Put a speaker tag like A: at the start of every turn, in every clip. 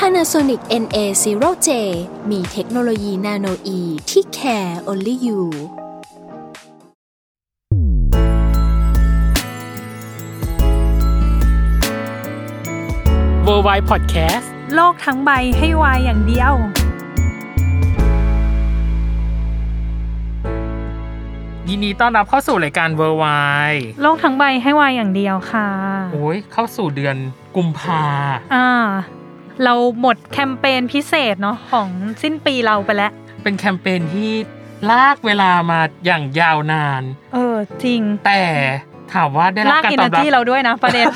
A: Panasonic NA0J มีเทคโนโลยีนาโนอีที่ care only you
B: เวอร์ไวพอดแคสต์
C: โลกทั้งใบให้วายอย่างเดียว
B: ยินดีต้อนรับเข้าสู่รายการเวอร์ไว
C: โลกทั้งใบให้วายอย่างเดียวค่ะ
B: โอ้ยเข้าสู่เดือนกุมภา
C: อ่า เราหมดแคมเปญพิเศษเนาะของสิ้นปีเราไปแล้ว
B: เป็นแคมเปญที่ลากเวลามาอย่างยาวนาน
C: เออ จริง
B: แต่ถามว่าได้รับ
C: ลาก
B: การ
C: อิ
B: ตอ
C: นเนอบ
B: รับ
C: ร์ีเราด้วยนะประเด็น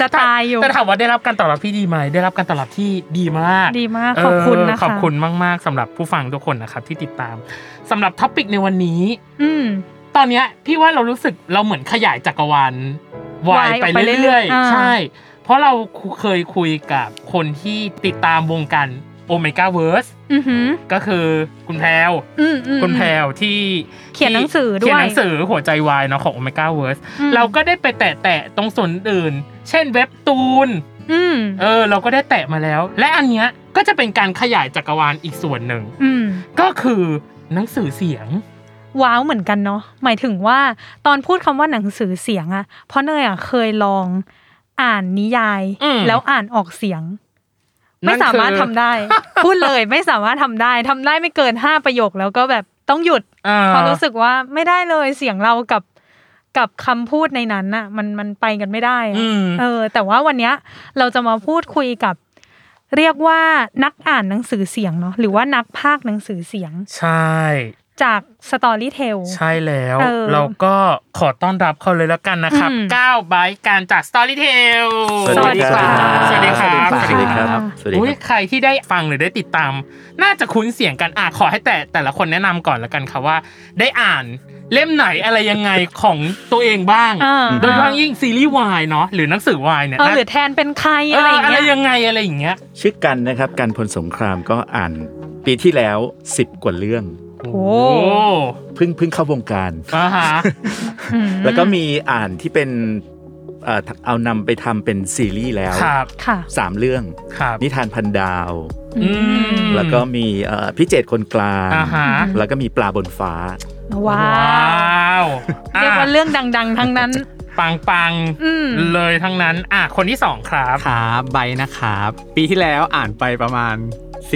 C: จะตายอยู่
B: แต่ถามว่าได้รับการตอบรับที่ดีไหมได้รับการตอบรับที่ดีมาก
C: ดีมาก
B: เ
C: ขอบคุณนะคะ
B: ขอบคุณมากๆสำหรับผู้ฟังทุกคนนะครับที่ติดตามสำหรับท็อปิกในวันนี้
C: อืม
B: ตอนเนี้ยพี่ว่าเรารู้สึกเราเหมือนขยายจักรวาลวา
C: Y
B: ยไป
C: ออกไปเรื่
B: เรื่อ
C: อย ย
B: ๆ
C: ๆ
B: ใช่
C: อ่
B: เพราะเราเคยคุยกับคนที่ติดตามวงการโอเมก้าเวิร์ส
C: อือหือ
B: ก็คือคุณแพรว
C: อืมอืม
B: คุณแพรวที่
C: เขียนหนังสือด้วย
B: เขียนหนังสือหัวใจวายเนาะของโอเมก้าเวิร์ส
C: อืม
B: เราก็ได้ไปแตะๆตรงส่วนอื่น เช่นเว็บตูน
C: อืม
B: เออ เราก็ได้แตะมาแล้ว และอันเนี้ยก็จะเป็นการขยายจักรวาลอีกส่วนหนึ่ง
C: อืม
B: ก็คือหนังสือเสียง
C: ว้าวเหมือนกันเนาะหมายถึงว่าตอนพูดคำว่าหนังสือเสียงอะเพราะเนยอะเคยลองอ่านนิยาย
B: อืม
C: แล้วอ่านออกเสียง ไม่
B: นั่นคือ
C: สามารถทำได้ พูดเลยไม่สามารถทำได้ทำได้ไม่เกินห้าประโยคแล้วก็แบบต้องหยุด
B: อ่า
C: เพราะรู้สึกว่าไม่ได้เลยเสียงเรากับกับคำพูดในนั้นน่ะ มันมันไปกันไม่ได้อะ
B: อืม
C: เออ แต่ว่าวันเนี้ยเราจะมาพูดคุยกับ เรียกว่านักอ่านหนังสือเสียงเนาะหรือว่านักพากย์หนังสือเสียง
B: ใช่
C: จากสตอรี่เทล
B: ใช่แล้ว
C: เออ
B: เราก็ขอต้อนรับเขาเลยแล้วกันนะครับ
C: อืม
B: ก้าวไบค์การจาก Storytel
C: สวัสดีครับ
B: สวัสดีครับ
C: สวัสดีครับ
D: สวัสดี
B: อุ้ย
D: ครับ
B: ใครที่ได้ฟังหรือได้ติดตาม น่าจะคุ้นเสียงกันอ่ะขอให้แต่แต่ละคนแนะนำก่อนละกันค่ะว่า ได้อ่านเล่มไหนอะไรยังไงของตัวเองบ้าง
C: อ่า
B: โดยเฉพาะยิ่งซีรีส์วายเนาะหรือหนังสือวายเนี่ย
C: เออ
B: น่า
C: หรือแทนเป็นใคร
B: เอ
C: อะไร
B: อ
C: อย่าง
B: อะไร
C: เงี้ย
B: ยังไงอะไรอย่างเงี้ย
D: ชื่อกันนะครับกันพลสงครามก็อ่านปีที่แล้ว 10 กว่าเรื่อง
B: โอ้
C: โห
D: เพิ่งเพิ่งเข้าวงการ
B: อ่าฮะ
C: อืม
D: แล้วก็มีอ่านที่เป็นเอ่อเอานำไปทำเป็นซีรีส์แล้ว
B: ครับ
C: ค่ะ
D: สามเรื่อง
B: ครับ
D: นิทานพันดาว
B: อืม
D: แล้วก็มีเอ่อพิเจตคนกลาง
B: อ่าฮะ
D: แล้วก็มีปลาบนฟ้า
C: ว้าว
B: ว
C: เรียกว่า
B: อ่ะ
C: เรื่องดัง ๆ ทั้งนั้น
B: ปังปังๆ
C: อืม
B: เลยทั้งนั้น อ่ะ คนที่สองครับ
E: ครับใบนะครับ ปีที่แล้วอ่านไปประมาณ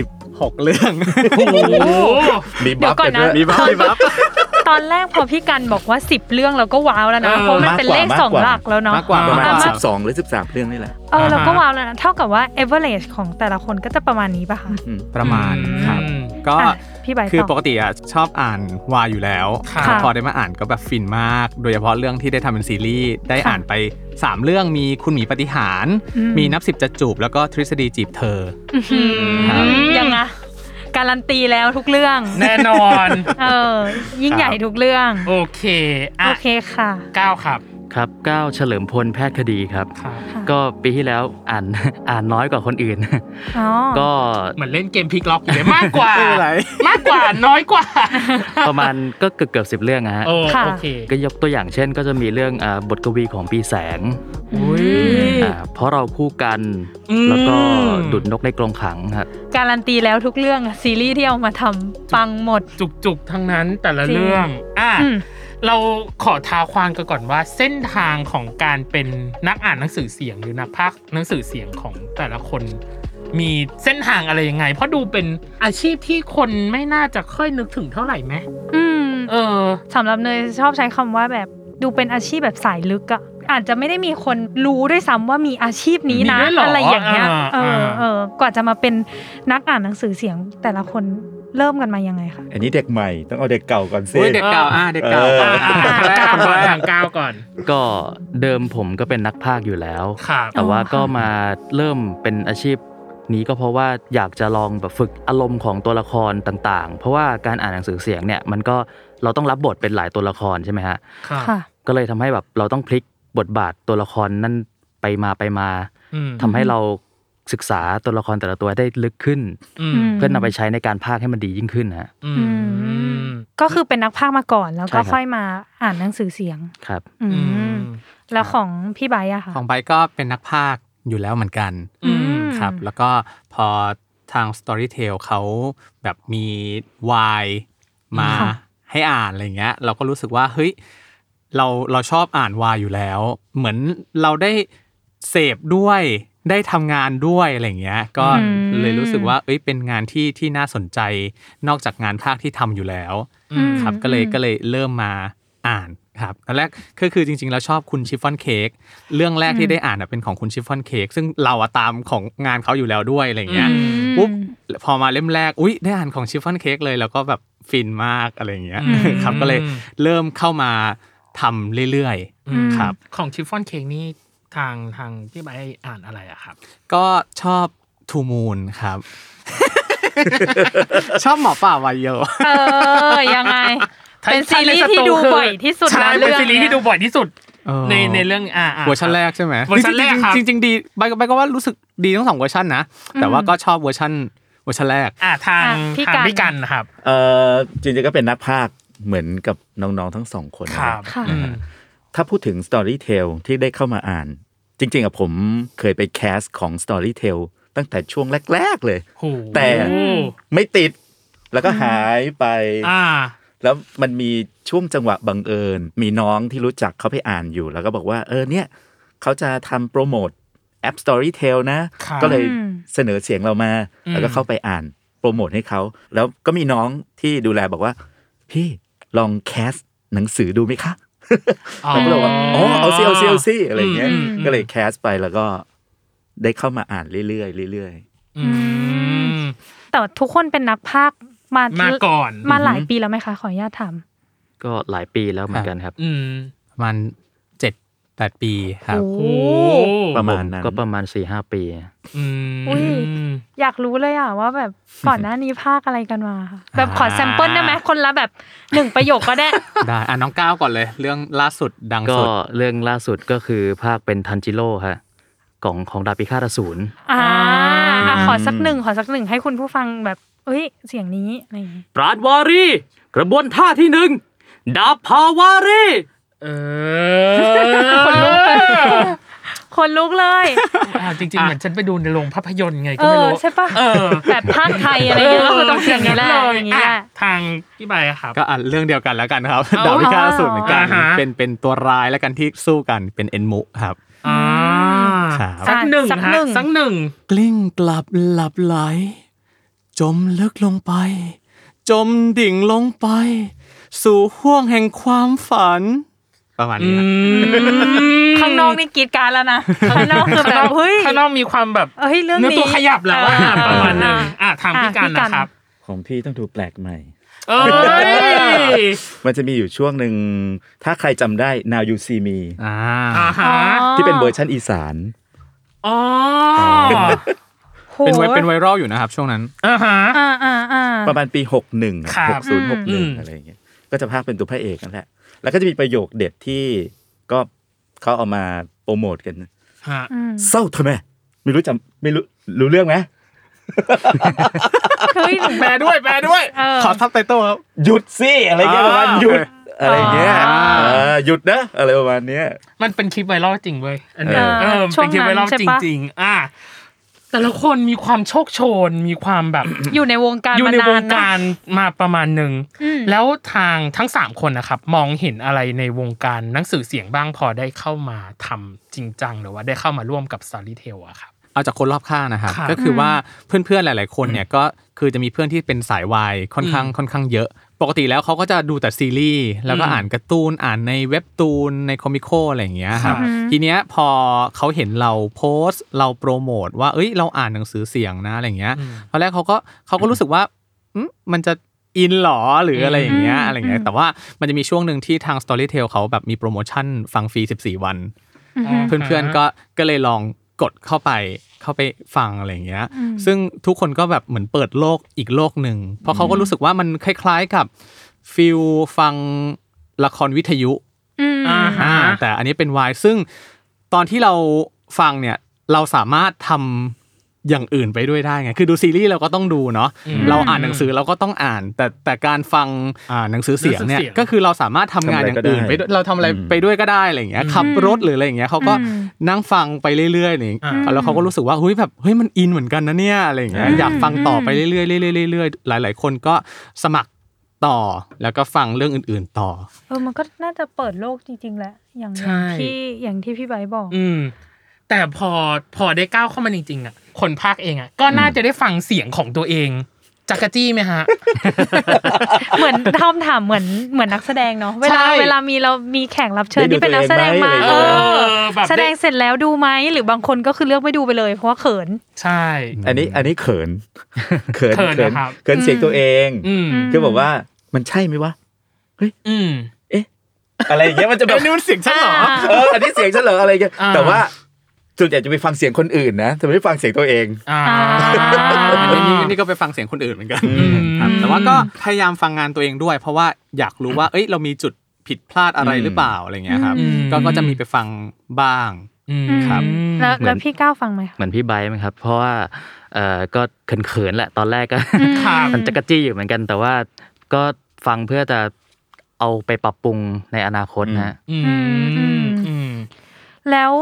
E: 16 เรื่อง
B: โอ้โห
D: มี
C: เดี๋
D: บั
C: ยว
D: ฟ
C: ก่อน
D: กัน
C: นะ
D: ด้วย
E: มีบ้างมีบ้าง
C: ตอนแรกพอพี่กันบอกว่า 10 เรื่องเราก็ว้าวแล้วนะ
B: เออ
C: เพราะมันเป็นเลข
D: มากก
C: สอ
D: ว่า
C: งหลักแล้วเนาะ
E: มากกว่า
D: ประมาณ
C: อ่ะก
D: 12 หรือ 13 เรื่องนี่แหละ
C: เออเราก็ว้าวแล้วนะเท่ากับว่า average ของแต่ละคนก็จะประมาณนี้ป่ะคะ
D: อืม
E: ประมาณครับ
B: อืม
E: ก็
C: อ่ะพี่ใบ
E: คือ
C: ต่
E: ป
C: อ
E: กติอ่ะชอบอ่านวายอยู่แล้ว
B: ค่ะ
E: แต่พอได้มาอ่านก็แบบฟินมาก โดยเฉพาะเรื่องที่ได้ทำเป็นซีรีส์ได้อ่านไป 3 เรื่องมีคุณหมีปฏิหาร
C: อืม
E: มีนับสิบจะจูบ แล้วก็ทฤษฎีจีบเธอ
C: อื้อหือ
B: ครับ
C: ยังไงการันตีแล้วทุกเรื่อง
B: แน่นอน
C: เออ ยิ่งใหญ่ทุกเรื่อง
B: โอเค อ่ะ
C: โอเคค่ะ
B: เก้าครับ
F: ครับก้าวเฉลิมพลแพทย์คดีครับ
B: ครับ
C: ค่ะ
F: ก็ปีที่แล้วอ่าน อ่านน้อยกว่าคนอื่น
C: อ๋อ
F: ก็
B: เหมือนเล่นเกมพลิกล็อกอยู่เลยมากกว่า
E: ไม่เป็นไร
B: มากกว่า น้อยกว่า
F: ประมาณก็เกือบเกือบสิบเรื่องนะฮะ
B: โอ้
C: ค่ะ
B: โอเค
F: ก็ยกตัวอย่างเช่น ก็จะมีเรื่องอ่าบทกวีของปีแสง
C: อื
B: อุ๊ย
C: ม
F: อ่าเพราะเราคู่กัน
B: อืม
F: แล้วก็ดุดนกในกรงขังฮะ
C: การันตีแล้วทุกเรื่องอะซีรีส์ที่เอามาทำปังหมด
B: จุกจุกๆ ทั้งนั้นแต่ละเรื่อง อ่ะ
C: อืม
B: เราขอท้าความกันก่อนว่า เส้นทางของการเป็นนักอ่านหนังสือเสียงหรือนักพากย์หนังสือเสียงของแต่ละคน มีเส้นทางอะไรยังไง เพราะดูเป็นอาชีพที่คนไม่น่าจะค่อยนึกถึงเท่าไหร่ไหม
C: อืม
B: เออ
C: สำหรับเนยชอบใช้คำว่าแบบดูเป็นอาชีพแบบสายลึกอะอาจจะไม่ได้มีคนรู้ด้วยซ้ำว่ามีอาชีพนี้นะ
B: มีด้วยเหรอ
C: อะไรอย่างเงี้ย
B: อ่า
C: เออ
B: อ่า
C: เออกว่าจะมาเป็นนักอ่านหนังสือเสียงแต่ละคนเริ่มกันมายังไงคะ
D: อันนี้เด็กใหม่ต้องเอาเด็กเก่าก่อนสิ
E: เฮ้ยเด็กเก่าอ่ะเด็กเก่า
D: เออ
B: อ่ะอ่ะอ่ะ
E: แรก
B: ก้าว
E: แร
B: ก่อน
E: ก
B: ทางก้าวก่อน
F: ก็เดิมผมก็เป็นนักพากย์อยู่แล้ว
B: ครับ
F: แต่ว่าก็มาเริ่มเป็นอาชีพ นี้ก็เพราะว่าอยากจะลองแบบฝึกอารมณ์ของตัวละครต่างๆ เพราะว่าการอ่านหนังสือเสียงเนี่ยมันก็เราต้องรับบทเป็นหลายตัวละครใช่ไหมฮะ
B: ค่ะ
C: ค่ะ
F: ก็เลยทำให้แบบเราต้องพลิกบทบาทตัวละครนั่นไปมาไปมา
B: อืม
F: ทำให้เราศึกษาตัวละครแต่ละตัวได้ลึกขึ้น
B: อืม
F: เพื่อนำไปใช้ในการพากย์ให้มันดียิ่งขึ้นนะฮะ
B: อื
C: อื
B: ม
C: ม ก็คือเป็นนักพากย์มาก่อนแล้วก็
F: ใช่ครับ
C: ค่อยมาอ่านหนังสือเสียง
F: ครับ
C: อื
B: อื
C: ม
B: ม
C: แล้วของพี่ไบร์ทอะค่ะ
E: ของไปก็เป็นนักพากย์อยู่แล้วเหมือนกัน
B: อืม
E: ครับแล้วก็พอทาง Storytel เขาแบบมีวายมา
C: ค่ะ
E: ให้อ่านอะไรเงี้ย เราก็รู้สึกว่าเฮ้ยเราเราชอบอ่านวายอยู่แล้ว เหมือนเราได้เสพด้วยได้ทำงานด้วยอะไรเงี้ย ก็เลยรู้สึกว่าเอ้ยเป็นงานที่ที่น่าสนใจนอกจากงานภาคที่ทำอยู่แล้ว
C: อืม
E: ครับก็เลย
C: อืม
E: ก็เลยเริ่มมาอ่านครับตอนแรกก็คือจริงๆแล้วชอบคุณชิฟฟ่อนเค้กเรื่องแรกที่ได้อ่านอะเป็นของคุณชิฟฟ่อนเค้กซึ่งเราอะตามของงานเขาอยู่แล้วด้วยอะไรอย่างเงี้ย
B: อื
E: ปุ๊บพอมาเล่มแรกอุ้ยได้อ่านของชิฟฟ่อนเค้กเลยแล้วก็แบบฟินมากอะไรอย่างเงี้ย
B: อืม
E: ครับก็เลยเริ่มเข้ามาทำเรื่อย
C: อืม
E: ๆครับ
B: ของชิฟฟ่อนเค้กนี่ทางทางพี่ใบอ่านอะไรอะครับ
E: ก็ชอบทูมูนครับ ชอบหมอป่าวายโย
C: เออ ยังไง
B: ถ้า
C: เป็น
B: ถ้า
C: ซีรีส์
B: ใส
C: ที่
B: ตู
C: ดู
B: คื
C: บ่อยที่สุด
B: ใช่
C: แล้ว
B: เป็น
C: เรื่อง
B: ซีรีส์ที่ดูบ่อยที่สุด
E: เออ
B: ในในเรื่องอ่าา
E: เวอร์ชันแรกใช่ไหม
B: เวอร์ชันแรกครับ
E: จริงๆจริงๆดีใบก็ใบก็ว่ารู้สึกดีทั้งสองเวอร์ชันนะ แต่ว่าก็ชอบเวอร์ชันเวอร์ชันแรก
B: อ่าทาง
C: อ่ะพี่
B: ทาง
C: กัน
B: พี่กันนะครับ
D: เออจริงๆก็เป็นนักภาคเหมือนกับน้องๆทั้งสองคน
B: ค
D: นะ
B: รับ
C: ค่ะ
B: อืม
D: ถ้าพูดถึง Storytel ที่ได้เข้ามาอ่าน จริง ๆอะผมเคยไปแคสของ Storytel ตั้งแต่ช่วงแรก ๆ เลย
B: โห
D: แต่ ไม่ติด แล้วก็หายไป
B: อ่า
D: แล้วมันมีช่วงจังหวะบังเอิญ มีน้องที่รู้จักเขาไปอ่านอยู่ แล้วก็บอกว่า เออเนี่ย เขาจะทำโปรโมทแอป Storytel นะ
B: ครับ
D: ก็เลยเสนอเสียงเรามา แล้วก็เข้าไปอ่านโปรโมทให้เขา แล้วก็มีน้องที่ดูแลบอกว่า พี่ลองแคสหนังสือดูไหมคะ
B: อ๋อ
D: เราก็เลยว่าอ๋อเอาซิเอาซิเอาซิอะไรอย่างเงี้ย
B: อืมอืม
D: ก็เลยแคสไปแล้วก็ได้เข้ามาอ่านเรื่อยๆเรื่อย
B: อืม
C: แต่ทุกคนเป็นนักพากย์มา
B: มา
C: มา
B: ก่อน
C: มาหลายปีแล้วไหมคะ ขออนุญาตถาม
F: ก็หลายปีแล้วเหมือนกันครับ
B: อืม
E: ประมาณเจ็ดแปดปีครับ
B: โห
D: ๆ ประมาณนั้น
F: ก็ประมาณ4ี่หปี
B: อืม
C: อุ้ย อยากรู้เลยอ่ะว่าแบบก่อนหน้านี้ภาคอะไรกันมาค่ะ แบบขอแซมเปิลได้ไหมคนละแบบหนึ่งประโยคก็ได้
E: ได้อ่ะน้องก้าวก่อนเลย เรื่องล่าสุดดัง
F: ก็
E: สุด
F: เรื่องล่าสุดก็คือภาคเป็นทันจิโร่ฮะของของดาบพิฆาตอสูร
C: อ่าอ่ะขอสักหนึ่งขอสักหนึ่งให้คุณผู้ฟังแบบเอ้ยเสียงนี้อะไรอย่างงี้
F: ปราดวารีกระบวนท่าที่หนึ่งดาบพาวารี
B: เออคนลุก
C: คนลุกเลย
B: จริงๆ เหมือนฉันไปดูในโรงภาพยนตร์ไงก็
C: เอ
B: ไม่
C: อ
B: รู้
C: ใช่ปะ
B: เออ
C: แบบภาคไทยอะไร เงี้ยก็คือต้องเสียงนี้แหละอย่างนี้แหละ
B: อ่ะทางพี่ใบอะครับ
E: ก็อ่ะเรื่องเดียวกันแล้วกันครับ
B: เอา
E: ดาบพิฆาตอสูรเหมือนกัน
B: อ่าฮะ
E: เป็นเป็นตัวร้ายแล้วกันที่สู้กันเป็นเอ็นมุครับ
B: อ่า
E: ครับ
B: สักหนึ่ง
C: สัก
B: ฮะ
C: หนึ่ง
B: สักหนึ่ง
E: กลิ้งกลับหลับไหล จมลึกลงไป จมดิ่งลงไป สู่ห้วงแห่งความฝัน ประมาณนี้ครับ
C: ข้างนอกนี่กรีดกรารแล้วนะข้างนอกคือแบบเฮ้ย
B: ข้างนอกมีความแบบ
C: เอ้ยเรื่อง
B: เนื้อ
C: นี้
B: ตัวขยับแล้วอะ
C: อ่
B: ประมาณนึง
C: อ่
B: อ่ะทางพี่กัน
C: อ่ะพี่กัน
B: นะครับ
D: ของพี่ต้องดูแปลกใหม่
B: เอ้ย
D: มันจะมีอยู่ช่วงหนึ่ง ถ้าใครจำได้ Now You See Me
E: อ่า
B: อ่าฮะ
D: ที่เป็นเวอร์ชันอีสาน
B: อ๋อ
C: โห
E: เป็นไวเป็นไวรัลอยู่นะครับช่วงนั้น
B: อ่าฮะ
C: อ่าอ่าอ่า
D: ประมาณปี 61หนึ่ง
B: ครับ
D: หกศูนย์หก
B: อื
D: หนึ่
B: ม
D: งอะไรอย่างเงี้ยก็จะพากย์เป็นตัวพระเอกนั่นแหละ แล้วก็จะมีประโยคเด็ดที่ก็เขาเอามาโปรโมทกัน
B: ฮะ
D: เศร้าทำไมไม่รู้จำไม่รู้รู้เรื่องไหม
B: แปลด้วยแปลด้วย
E: ขอทับไตเติ้ลครับ
D: หยุดสิอะไรเงี้ยประมาณ
E: อ่า
D: หยุดอะไรเงี้ย
C: อ่า
D: เออหยุดนะอะไรประมาณเนี้ย
B: มันเป็นคลิปไวรัลจริงเว้ยอันเนี้ย
C: เออ
B: เออมันเป็นคลิปไวรัลจ
C: ช่วงนั้นใช่ปะ
B: ริง ๆ อ่ะแต่ละคนมีความโชคโชน มีความแบบ
C: อยู่ในวงการ
B: อยู่
C: มา
B: ในว
C: นาง นนะ
B: การมาประมาณหนึ่ง
C: อืม
B: แล้วทางทั้ง 3 คนนะครับ มองเห็นอะไรในวงการหนังสือเสียงบ้างพอได้เข้ามาทำจริงจังหรือว่าได้เข้ามาร่วมกับ Storytel อะครับ
E: เอาจากคนรอบข้างนะครับ
B: ครับ
E: ก็คือว่าเพื่อนๆหลาย ๆ คนเนี่ยก็คือจะมีเพื่อนที่เป็นสายวายค่อนข้างค่อนข้างเยอะ ปกติแล้วเขาก็จะดูแต่ซีรีส์แล้วก็
B: อืม
E: อ่านการ์ตูนอ่านในเว็บตูนในคอมิโคอะไรอย่างเงี้ยครับ
B: ครับ
E: ทีเนี้ยพอเขาเห็นเราโพสต์ เราโปรโมทว่าเอ้ยเราอ่านหนังสือเสียงนะอะไรอย่างเงี้ยตอนแรกเขาก็เขาก็รู้สึกว่าอืมมันจะอินหรอหรืออะไรอย่างเงี้ย
C: อืม
E: อะไรอย่างเงี้ย
C: อืม
E: แต่ว่ามันจะมีช่วงหนึ่งที่ทาง Storytel เขาแบบมีโปรโมชั่นฟังฟรี14 วัน
C: อือฮึ
E: เพื่อนๆก็ ก็เลยลองกดเข้าไป เข้าไปฟังอะไรอย่างเงี้ย
C: อืม
E: ซึ่งทุกคนก็แบบเหมือนเปิดโลกอีกโลกหนึ่ง เพราะเขาก็รู้สึกว่ามันคล้าย ๆกับฟิลฟังละครวิทยุ
C: อืม
B: อ่าฮะ
E: อ่าแต่อันนี้เป็นวายซึ่งตอนที่เราฟังเนี่ยเราสามารถทำอย่างอื่นไปด้วยได้ไงคือดูซีรีส์เราก็ต้องดูเนาะ
B: อืม
E: เราอ่านหนังสือเราก็ต้องอ่าน แต่แต่การฟังอ่าหนังสือเสียงเนี่
B: ห
E: ย
B: นังสือเสียง
E: ก็คือเราสามารถทำงานอย่างอื่นไปด้วยเราทำอะไรไปด้วยก็ได้อะไรอย่างเงี้ยขับรถหรืออะไรอย่างเงี้ยเขาก็
C: อืม
E: นั่งฟังไปเรื่อยๆอย่างเงี้ย
B: อ่า
E: แล้วเขาก็รู้สึกว่าเฮ้ยแบบเฮ้ยมันอินเหมือนกันนะเนี่ยอะไรอย่างเงี้ย
D: อืม
E: อยากฟังต่อไปเรื่อยๆเรื่อยๆเรื่อยๆหลาย ๆ คนก็สมัครต่อแล้วก็ฟังเรื่องอื่น ๆต่อ
C: เออมันก็น่าจะเปิดโลกจริงๆแหละอย่าง
B: ใช่
C: ที่อย่างที่พี่ไบร์ทบอก
B: อืม แต่พอพอได้ก้าวเข้ามาจริงๆอ่ะ คนภาคเองอ่ะ ก็น่าจะได้ฟังเสียงของตัวเองจักรจี้ไหมฮะ
C: เหมือนทอมถามเหมือนเหมือนนักแสดงเนาะเวลา
B: ใช่
C: เวลามีเรามีแขกรับเชิญ
D: ได้ดู
C: ที่เป็นนักแสดงมา
D: ตัวเองไหม
C: เออ
B: อแบบ
C: แสดง
B: ได้
C: เสร็จแล้วดูไหมหรือบางคนก็คือเลือกไม่ดูไปเลย เพราะว่าเขิน
B: ใช่
D: อันนี้อันนี้เขิน เขิน
B: เขินนะครับ
D: เขินเสียงตัวเอง
B: อืม
C: อืม
D: คือแบบว่ามันใช่ไหมวะ
B: อืม
D: อะไรอย่างเงี้ยมันจะแบบ
E: นี่มันเสียงฉันเหรอ
C: อ่า
D: เอออันนี้เสียงฉันเหรออะไรเงี้ย
B: อ่า
D: แต่ว่าส่วนใหญ่จะไปฟังเสียงคนอื่นนะแต่ไม่ได้ฟังเสียงตัวเอง
B: อ่า
E: อันนี้นี่ก็ไปฟังเสียงคนอื่นเหมือนกันครับแต่ว่าก็พยายามฟังงานตัวเองด้วย เพราะว่าอยากรู้ว่า เอ้ยเรามีจุดผิดพลาดอะไรหรือเปล่าอะไรเงี้ยครับ
B: อืม
E: ก็ก็จะมีไปฟังบ้าง
B: อืม
E: ครับ
C: แล้ว
F: เหมือน
C: แล้วพี่ก้าวฟังไหม
F: เหมือนพี่ไบร์ทไหมครับ เพราะว่าเอ่อก็เขินๆแหละตอนแรกก็
B: ครับ
F: มันจะกระจี้อยู่เหมือนกัน แต่ว่าก็ฟังเพื่อจะเอาไปปรับปรุงในอนาคตนะฮะ
B: อืมอืม
C: แล้ว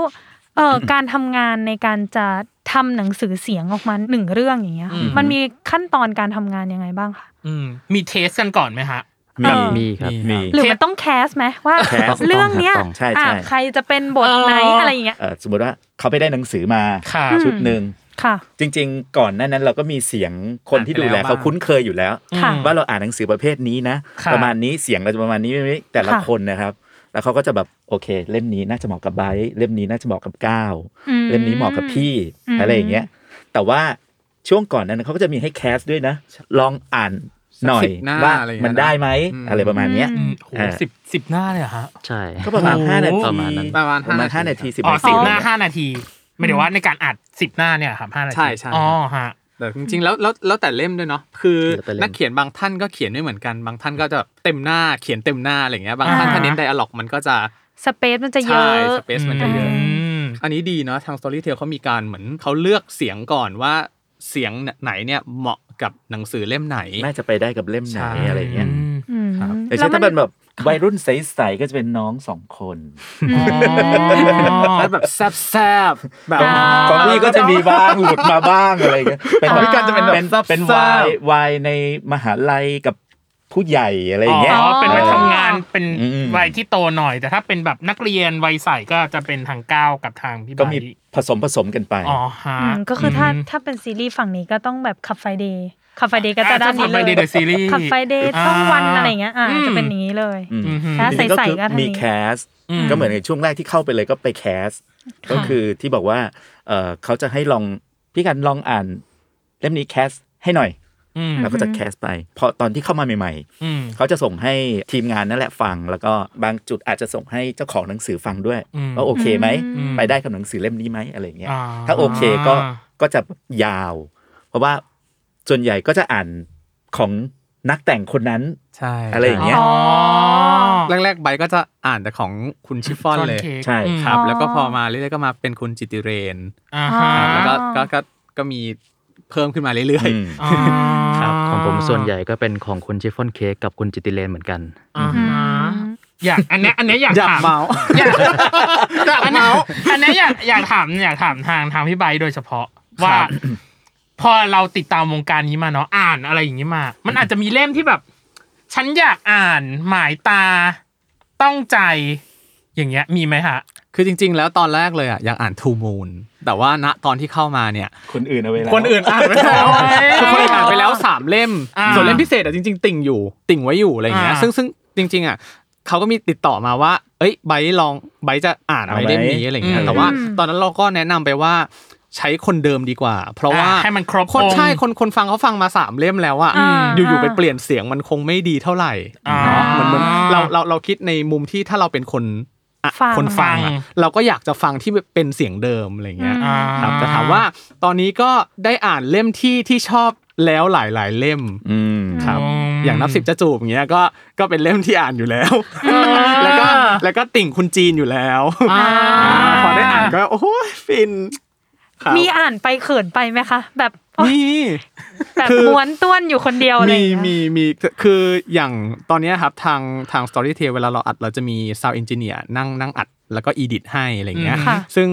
C: เอ่อการทำงานในการจะทำหนังสือเสียงออกมาหนึ่งเรื่องอย่างเงี้ยค่ะ
B: อืม
C: มันมีขั้นตอนการทำงานยังไงบ้างคะ
B: อืมมีเทสกันก่อนไหมฮะ
D: มี
C: เออ
F: มีครับ
D: มี
C: หรือมันต้องแคสไหมว่า
D: แคส
C: เรื่องเนี้ย
F: ต้องครับต้อง
D: ใช่ใช่
C: อ่ะใครจะเป็นบทไหน
B: เอออ
C: อะไรอย่างเงี้ย
D: เอ่อสมมติว่าเขาไปได้หนังสือมา
B: ค่ะ
C: อืม
D: ชุดหนึ่ง
C: ค่ะ
D: จริง ๆ ก่อนหน้านั้นเราก็มีเสียงคนที่ดูแล
E: อ่านไปแล้วบ้าง
D: เขาคุ้นเคยอยู่แล้ว
C: ค่ะ
D: ว่าเราอ่านหนังสือประเภทนี้นะ
B: ค่ะ
D: ประมาณนี้เสียงเราจะประมาณนี้ประมาณนี้แต่ละ
C: ค่ะ
D: คนนะครับ แล้วเขาก็จะแบบโอเค เล่มนี้น่าจะเหมาะกับไบรท์เล่มนี้น่าจะเหมาะกับก้าว
C: อื
D: เล่มนี้เหมาะกับพี่อะไรอย่างเงี้ย แต่ว่าช่วงก่อนนั้นเขาก็จะมีให้แคสด้วยนะ ลองอ่านหน่อย
E: สักสิบหน้า
D: ว่า
E: อะไรอย่างเงี้ย
D: มันได้ไหม
E: อืม
D: อะไรประมาณเนี้ย
B: อืมโห
D: อ่า
B: สิบสิบหน้าเลยเหรอฮะ
F: ใช่
D: ก็ประมาณ
B: โอ้โห
D: 5นาที
F: ประมาณนั้น
E: ประมาณ
D: ป
E: ห้า
D: ระมาณห้า
E: นา
D: นา
E: ที
D: ทีสิบ
B: อ๋อ
D: นา
B: สิ
D: ที
B: บหน้าห้านาทีไม่เดี๋ยวว่าในการอัดสิบหน้าเนี่ยครับห้านาที
E: ใช่ใช่
B: อ๋อฮะ
E: แต่จริงๆแล้วแล้วแล้วแต่เล่มด้วยเนาะคือ
F: แล้วแต่เล่ม
E: นักเขียนบางท่านก็เขียนไม่เหมือนกันบางท่านก็จะแบบเต็มหน้าเขียนเต็มหน้าอะไรเงี้ยบางท่าน
B: อ่า
E: ถ้าเน้นไดอะล็อกมันก็จะ
C: สเปซมันจะเย
E: ใช่
C: อะ
E: สเปซมันจะเยอะ
B: ม
E: อันนี้ดีเนาะทาง Storytel เขามีการเหมือนเขาเลือกเสียงก่อนว่าเสียงไหนเนี่ยเหมาะกับหนังสือเล่มไหน
D: น่าจะไปได้กับเล่มไหน
E: ใช่
D: อะไรอย่างเงี้ย
C: อืม
D: แต่
C: แล้ว
D: ถ้า
C: มั
D: เป็นแบบวัยรุ่นใสๆก็จะเป็นน้องสองคน
C: อืม
E: แล้วแบบแซบแซบๆแบบ
C: อ่า
D: ของพี่ก็จะมีบ้างหลุดมาบ้างอะไรอย่างเงี้ยเป็น
C: ของพี่ก็จะเป็นแบบ
D: เป็น
E: ซับ
D: เป็น
E: ซ่า
D: วายวายในมหาลัยกับผู้ใหญ่อะไรอย่างเงี้ย
B: อ๋อ เป็นวัย
C: อ๋อ
B: ทำงาน เป็น
D: อืม
B: วัยที่โตหน่อย แต่ถ้าเป็นแบบนักเรียนวัยใสก็จะเป็นทางก้าวกับทางพี่
D: ก็
B: บา
D: มี
B: ย
D: ผสมผสมกันไป
B: อ๋อฮะ
C: อืมก็คือถ้าถ้าเป็นซีรีส์ฝั่งนี้ก็ต้องแบบขับไฟเดย์ขับไฟเดย์ก็จะด้านนี้เล
B: ไป
C: ย
B: เดย์ซีรีส์
C: ขับไฟเดย์ช่องวันอะไรอย่างเงี้ยอ่าจะเป็นอย่างนี้เลย
D: อืม
B: อืม
C: แล้วใส่ๆก็
D: ก็คือ
C: ทำ
D: มี
C: นี้
D: แคส
B: อืม
D: ก็เหมือนในช่วงแรกที่เข้าไปเลยก็ไปแคส ก็คือที่บอกว่าเออเขาจะให้ลองพี่กันลองอ่านเล่มนี้แคสให้หน่อย
B: อืม
D: แล้วก็จะ
C: อืม
D: แคสไปพอตอนที่เข้ามาใหม่
B: อืม
D: ๆ เขาจะส่งให้ทีมงานนั่นแหละฟัง แล้วก็บางจุดอาจจะส่งให้เจ้าของหนังสือฟังด้วย
B: อืม
D: ว่าโอเคไหม
B: อืม
D: ไปได้กับหนังสือเล่มนี้ไหมอะไรอย่างเงี้ย
B: อ่า
D: ถ้าโอเคก็ก็จะยาว เพราะว่าส่วนใหญ่ก็จะอ่านของนักแต่งคนนั้น
E: ใช่
D: อะไรอย่างเงี้ย
C: อ๋อ
E: แรกๆใบก็จะอ่านแต่ของคุณชิฟฟอนเลย
B: ค้ก
D: ใช่
B: อืม
E: ครับ
C: อ๋อ
E: แล้วก็พอมาเรื่อยๆก็มาเป็นคุณจิติเรน
B: อ่าฮะ
E: ครับแล้วก็
C: อ๋
E: ก็
C: อ
E: ก็ก็มีเพิ่มขึ้นมาเรื่อย
D: อืม
B: อ่า
E: ครับ
F: ของผมส่วนใหญ่ก็เป็นของคุณชิฟฟ่อนเค้กกับคุณจิติเลนเหมือนกัน
B: อ่าฮ
C: อื
B: ะ
C: ม
B: อยากอันเนี้ยอันเนี้ยอยาก
E: ๆ อยาก
B: ถาม
E: เมา
B: อยากอยากอันเนี้ยอันเนี้ยอยากอยากถามอยากถามทางทางพี่ใบร์ทโดยเฉพาะว่า พอเราติดตามวงการนี้มาเนาะอ่านอะไรอย่างนี้มา มันอาจจะมีเล่มที่แบบ ฉันอยากอ่านหมายตาต้องใจอย่างเงี้ย มีไหมฮะ
E: คือจริง ๆ แล้วตอนแรกเลยอ่ะอยากอ่านทูมูนแต่ว่าณตอนที่เข้ามาเนี่ย
D: คนอื่นเอาไว้แล้ว
E: คนอื่นอ่านไปแล้วคือคนอื่นอ่านไปแล้วสามเล่ม
B: อ่า
E: ส่วนเล่มพิเศษอ่ะจริง ๆ ติ่งอยู่ ติ่งไว้อยู่อะไรอย่างเงี้ย
B: อ่า
E: ซึ่งซึ่งจริง ๆอ่ะเขาก็มีติดต่อมาว่า เอ้ยไบร์ทลองไบร์ทจะอ่านอะไรเล่มนี้อะไรอย่างเงี้ย แต่ว่า
C: อืม
E: ตอนนั้นเราก็แนะนำไปว่าใช้คนเดิมดีกว่า เพราะว่า
B: อ่ะให้มันครบ
E: คนใช่
B: องค์
E: คนคนฟังเขาฟังมาสามเล่มแล้วอ่ะ
C: อ่า
E: อยู่ๆไปเปลี่ยนเสียงมันคงไม่ดีเท่าไหร่
B: อ่า
E: เนาะเหมือนเหมือนเราเราเราคิดในมุมที่ถ้าเราเป็นคน อ่ะ
C: ฟัง
E: คนฟังอ่ะ
B: ฟัง
E: เราก็อยากจะฟังที่เป็นเสียงเดิมอะไรเงี้ย
C: อืม
B: อ่า
E: ครับแต่ถามว่าตอนนี้ก็ได้อ่านเล่มที่ที่ชอบแล้วหลาย ๆ เล่ม
D: อืม
E: ครับ
B: อืม
E: อย่างนับสิบจะจูบอย่างเงี้ยก็ก็เป็นเล่มที่อ่านอยู่แล้ว แล้วก็แล้วก็ติ่งคุณจีนอยู่แล้ว
B: อ่า
E: พอได้อ่านก็โอ้โหฟินครับ
C: มีอ่านไปเขินไปไหมคะ แบบโอ๊ย
E: มี
C: แบบ
E: คือ
C: ม้วนต้วนอยู่คนเดียวอะไรอ
E: มี
C: ย่างเงี้ย
E: มีมีคืออย่างตอนเนี้ยครับทางทาง Storytel เวลาเราอัดเราจะมี Sound Engineer นั่งนั่งอัดแล้วก็ Edit ให้อะไรเงี้ย
C: อืมค่ะ
E: ซึ่ง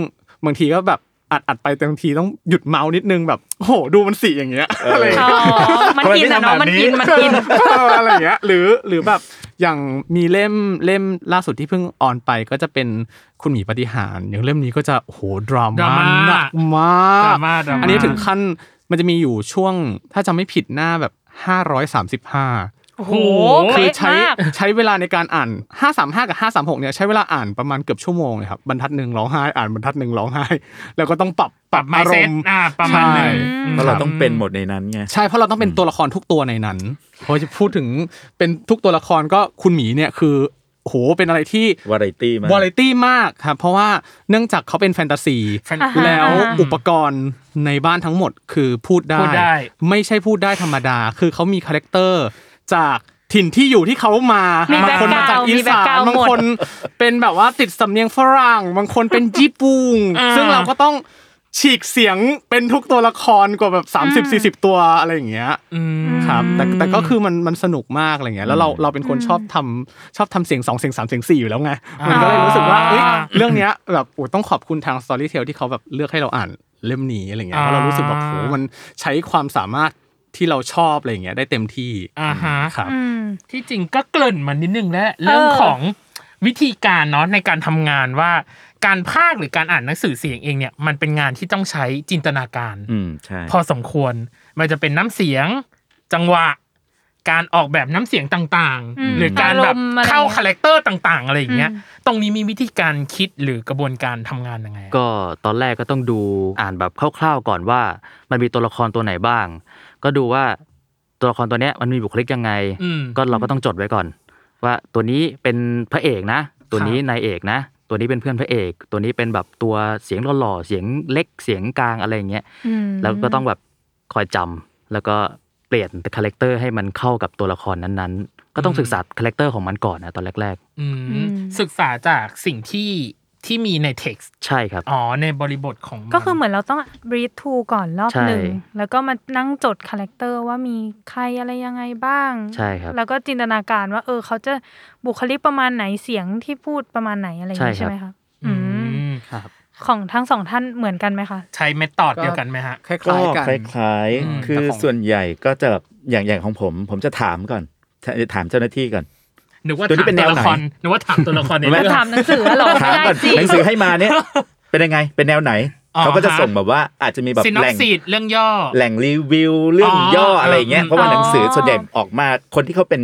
E: บางทีก็แบบอัดอัดไปบางทีต้องหยุดเมาส์นิดนึงแบบโหดูมันสีอย่างเงี้ยอะไรอย่างเงี้ย
C: อ๋อมันอินอะเนาะมันอินมันอิน
E: เอออะไรอย่างเงี้ยหรือหรือแบบอย่างมีเล่มเล่มล่าสุดที่เพิ่งออนไปก็จะเป็นคุณหมีปฏิหารย์อย่างเล่มนี้ก็จะโอ้โหดรา
B: ดรา
E: ม่า
B: ม่า
E: หนักม
B: ดรา
E: าก
B: ม่าดราม่า
E: อันนี้ถึงขั้นมันจะมีอยู่ช่วงถ้าจำไม่ผิดหน้าแบบ 535
C: โอ้โห
B: คื
C: เป๊ะ
E: ใช้
C: มาก
E: ใช้เวลาในการอ่าน 535 กับ 536เนี่ยใช้เวลาอ่านประมาณเกือบชั่วโมงเลยครับบรรทัดหนึ่งร้องไห้อ่านบรรทัดหนึ่งร้องไห้ แล้วก็ต้องปรับ
B: ปรับไม
E: อาร
B: เซ็ต
E: มณ์
B: อ่าประมาณหนึง
E: ใช่
B: อืม
D: เพราะเราต้องเป็นหมดในนั้นไง
E: ใช่เพราะเราต้องเป็นตัวละครทุกตัวในนั้นเพราะจะพูดถึงเป็นทุกตัวละครก็คุณหมีเนี่ยคือโหเป็นอะไรที่
D: วาไรตี้มาก
E: วาไรตี้มากครับเพราะว่าเนื่องจากเขาเป็นแฟนตาซี
B: แฟนอ่าฮะ
E: แล้วอุปกรณ์ในบ้านทั้งหมดคือพูดได้
B: พูดได้
E: ไม่ใช่พูดได้ธรรมดา คือเขามีคาแรคเตอร์จากถิ่นที่อยู่ที่เขามา
C: มี
E: บางคนมาจาก
C: background
E: อี
C: มี
E: สาน
C: background
E: บางคนเป็นแบบว่าติดสำเนียงฝรั่ง บางคนเป็นญี่ปุ่น
B: อ่า
E: ซึ่งเราก็ต้องฉีกเสียงเป็นทุกตัวละครกว่าแบบ 30 40 ตัวอะไรอย่างเงี้ย
B: อืม
E: ครับแต่แต่ก็คือมันมันสนุกมากอะไรเงี้ยแล้วเราเราเป็นคนชอบทำชอบทำเสียงสองเสียงสามเสียงสี่อยู่แล้วไงมันก็เลยรู้สึกว่าเอ้ย
B: อ่า
E: เรื่องเนี้ยแบบโอ้ต้องขอบคุณทาง Storytel ที่เขาแบบเลือกให้เราอ่านเล่มนี้อะไรเงี้ยเพราะเรารู้สึกแบบ
B: อ่า
E: โหมันใช้ความสามารถที่เราชอบอะไรเงี้ยได้เต็มที่
B: อ่าฮะ
E: ครับ
C: อืม
B: ที่จริงก็เกริ่นมานิดนึงแล้วเรื่องของวิธีการเนาะในการทำงานว่าการพากย์หรือการอ่านหนังสือเสียงเองเนี่ยมันเป็นงานที่ต้องใช้จินตนาการ
D: อืม ใช่
B: พอสมควรมันจะเป็นน้ำเสียง จังหวะ การออกแบบน้ำเสียงต่าง
C: อืม
B: ๆ หรือการแบบ
C: อารมณ์อะไร
B: เข้า
C: เงี้ย
B: คาแรคเตอร์ต่างๆ อะไรอย่างเงี้ย ตรงนี้มีวิธีการคิดหรือกระบวนการทำงานยังไงอะ
F: ก็ตอนแรกก็ต้องดูอ่านแบบคร่าวๆก่อนว่า มันมีตัวละครตัวไหนบ้าง ก็ดูว่าตัวละครตัวเนี้ยมันมีบุคลิกยังไง
B: อืม
F: ก็เราก็ต้องจดไว้ก่อน ว่าตัวนี้เป็นพระเอกนะ ตัวนี้
B: ครับ
F: นายเอกนะ ตัวนี้เป็นเพื่อนพระเอก ตัวนี้เป็นแบบตัวเสียงหล่อๆเสียงเล็กเสียงกลางอะไรอย่างเงี้ย
C: อืม
F: แล้วก็ต้องแบบคอยจำแล้วก็เปลี่ยนคาแรคเตอร์ให้มันเข้ากับตัวละครนั้นๆ ก็ต้องศึกษาคาแรคเตอร์ของมันก่อนนะตอนแรก
B: อืม
C: อืม
B: ศึกษาจากสิ่งที่ที่มีในเท็กซ์
F: ๆ ใช่ครับ
B: อ๋อในบริบทของน
C: ก็คือเหมือนเราต้อง breathe to ก่อนรอบ
F: ใช่
C: หนึ่ง แล้วก็มานั่งจดคาแรคเตอร์ว่ามีใครอะไรยังไงบ้าง
F: ใช่ครับ
C: แล้วก็จินตนาการว่า เออ เขาจะบุคลิกประมาณไหนเสียงที่พูดประมาณไหนอะไรอย่างนี้
F: ใช่
C: ใช่
F: ครับ
C: ไหมคะ
B: อื
C: อืม
B: ม
E: ครับ
C: ของทั้งสองท่านเหมือนกันไหมคะ
B: ใช้เมธอดเดียวกันไหมฮะ
E: คล้าย
D: ก็
E: ๆกัน
D: คล้าย
B: อืม
D: ๆ คือ
E: แต่ของ
D: ส่วนใหญ่ก็จะแบบอย่างอย่างของผม ผมจะถามก่อน ถามเจ้าหน้าที่ก่อน
B: หรือว่า
D: ตัวนี้
B: ถาม
D: เป็นแน
B: ตัว
D: ว
B: ละ
D: ไหน
B: ครหรือว่าถามตัวละครใน
C: ไม่
B: เรื่อง
C: ถามหนังสือเหรอ
D: ถาม
C: ไม่ได้
D: ก่อน
C: สิ
D: หนังสือให้มาเนี่ย เป็นยังไง เป็นแนวไหน
B: อ๋อ
D: เขาก็จะ
B: ฮะ
D: ส่งแบบว่าอาจจะมีแบบ
B: ซินอ
D: แห
B: ป
D: ล่ง
B: ซีดเรื่องย่อ
D: แหล่งรีวิวเรื่องย่อ
B: ออ
D: อะไรอย่างเงี้ย
B: อืม
D: เพราะว่า
C: อ๋อ
D: หนังสือส่วนใหญ่ออกมาคนที่เขาเป็น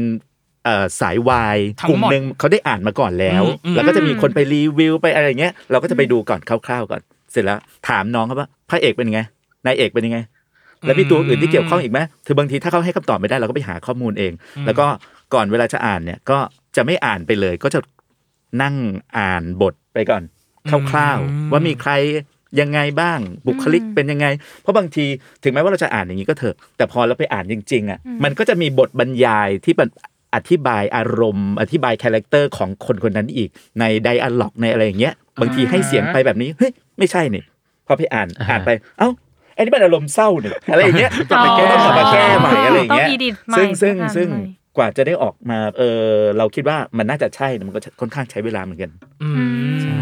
D: เอ่อสายวาย
B: ทั้ง
D: กลุ่ม
B: หมด
D: หนึ่งเขาได้อ่านมาก่อนแล้ว
B: อืม
D: แล้วก็จะมีคนไปรีวิวไปอะไรอย่างเงี้ยเราก็จะไปดูก่อนคร่าวๆก่อนเสร็จแล้วถามน้องครับว่าพระเอกเป็นยังไงนายเอกเป็นยังไง แล้วมีตัวอื่นที่เกี่ยวข้องอีกไหมคือบางทีถ้าเขาให้คำตอบไม่ได้เราก็ไปหาข้อมูลเอง
B: อืม
D: แล้วก็ก่อนเวลาจะอ่านเนี่ยก็จะไม่อ่านไปเลย ก็จะนั่งอ่านบทไปก่อนคร่าวๆ ว่ามีใครยังไงบ้าง บุคลิกเป็นยังไง เพราะบางทีถึงแม้ว่าเราจะอ่านอย่างนี้ก็เถอะ แต่พอเราไปอ่านจริงๆอ่ะมันก็จะมีบทบรรยายที่มันอธิบายอารมณ์ อธิบายคาแรคเตอร์ของคนคนนั้นอีกในไดอะล็อกในอะไรอย่างเงี้ยบางทีให้เสียงไปแบบนี้เฮ้ยไม่ใช่นี่พอไปอ่านอ่านไปเอ้าอันนี้มันอารมณ์เศร้า เนี่ยอะไรอย่างเงี้ย
C: อ๋
D: ต้อ
C: อง
D: ไปแก้ต้องมาแก้ใหม่อะไรอย่างเงี้ย
C: ต้อง edit ใหม่
D: ซึ่งซึ่ง
C: ต้องการ
D: ซึ่ง
C: ใหม่
D: กว่าจะได้ออกมาเออเราคิดว่ามันน่าจะใช่นะมันก็ค่อนข้างใช้เวลาเหมือนกัน
B: อืม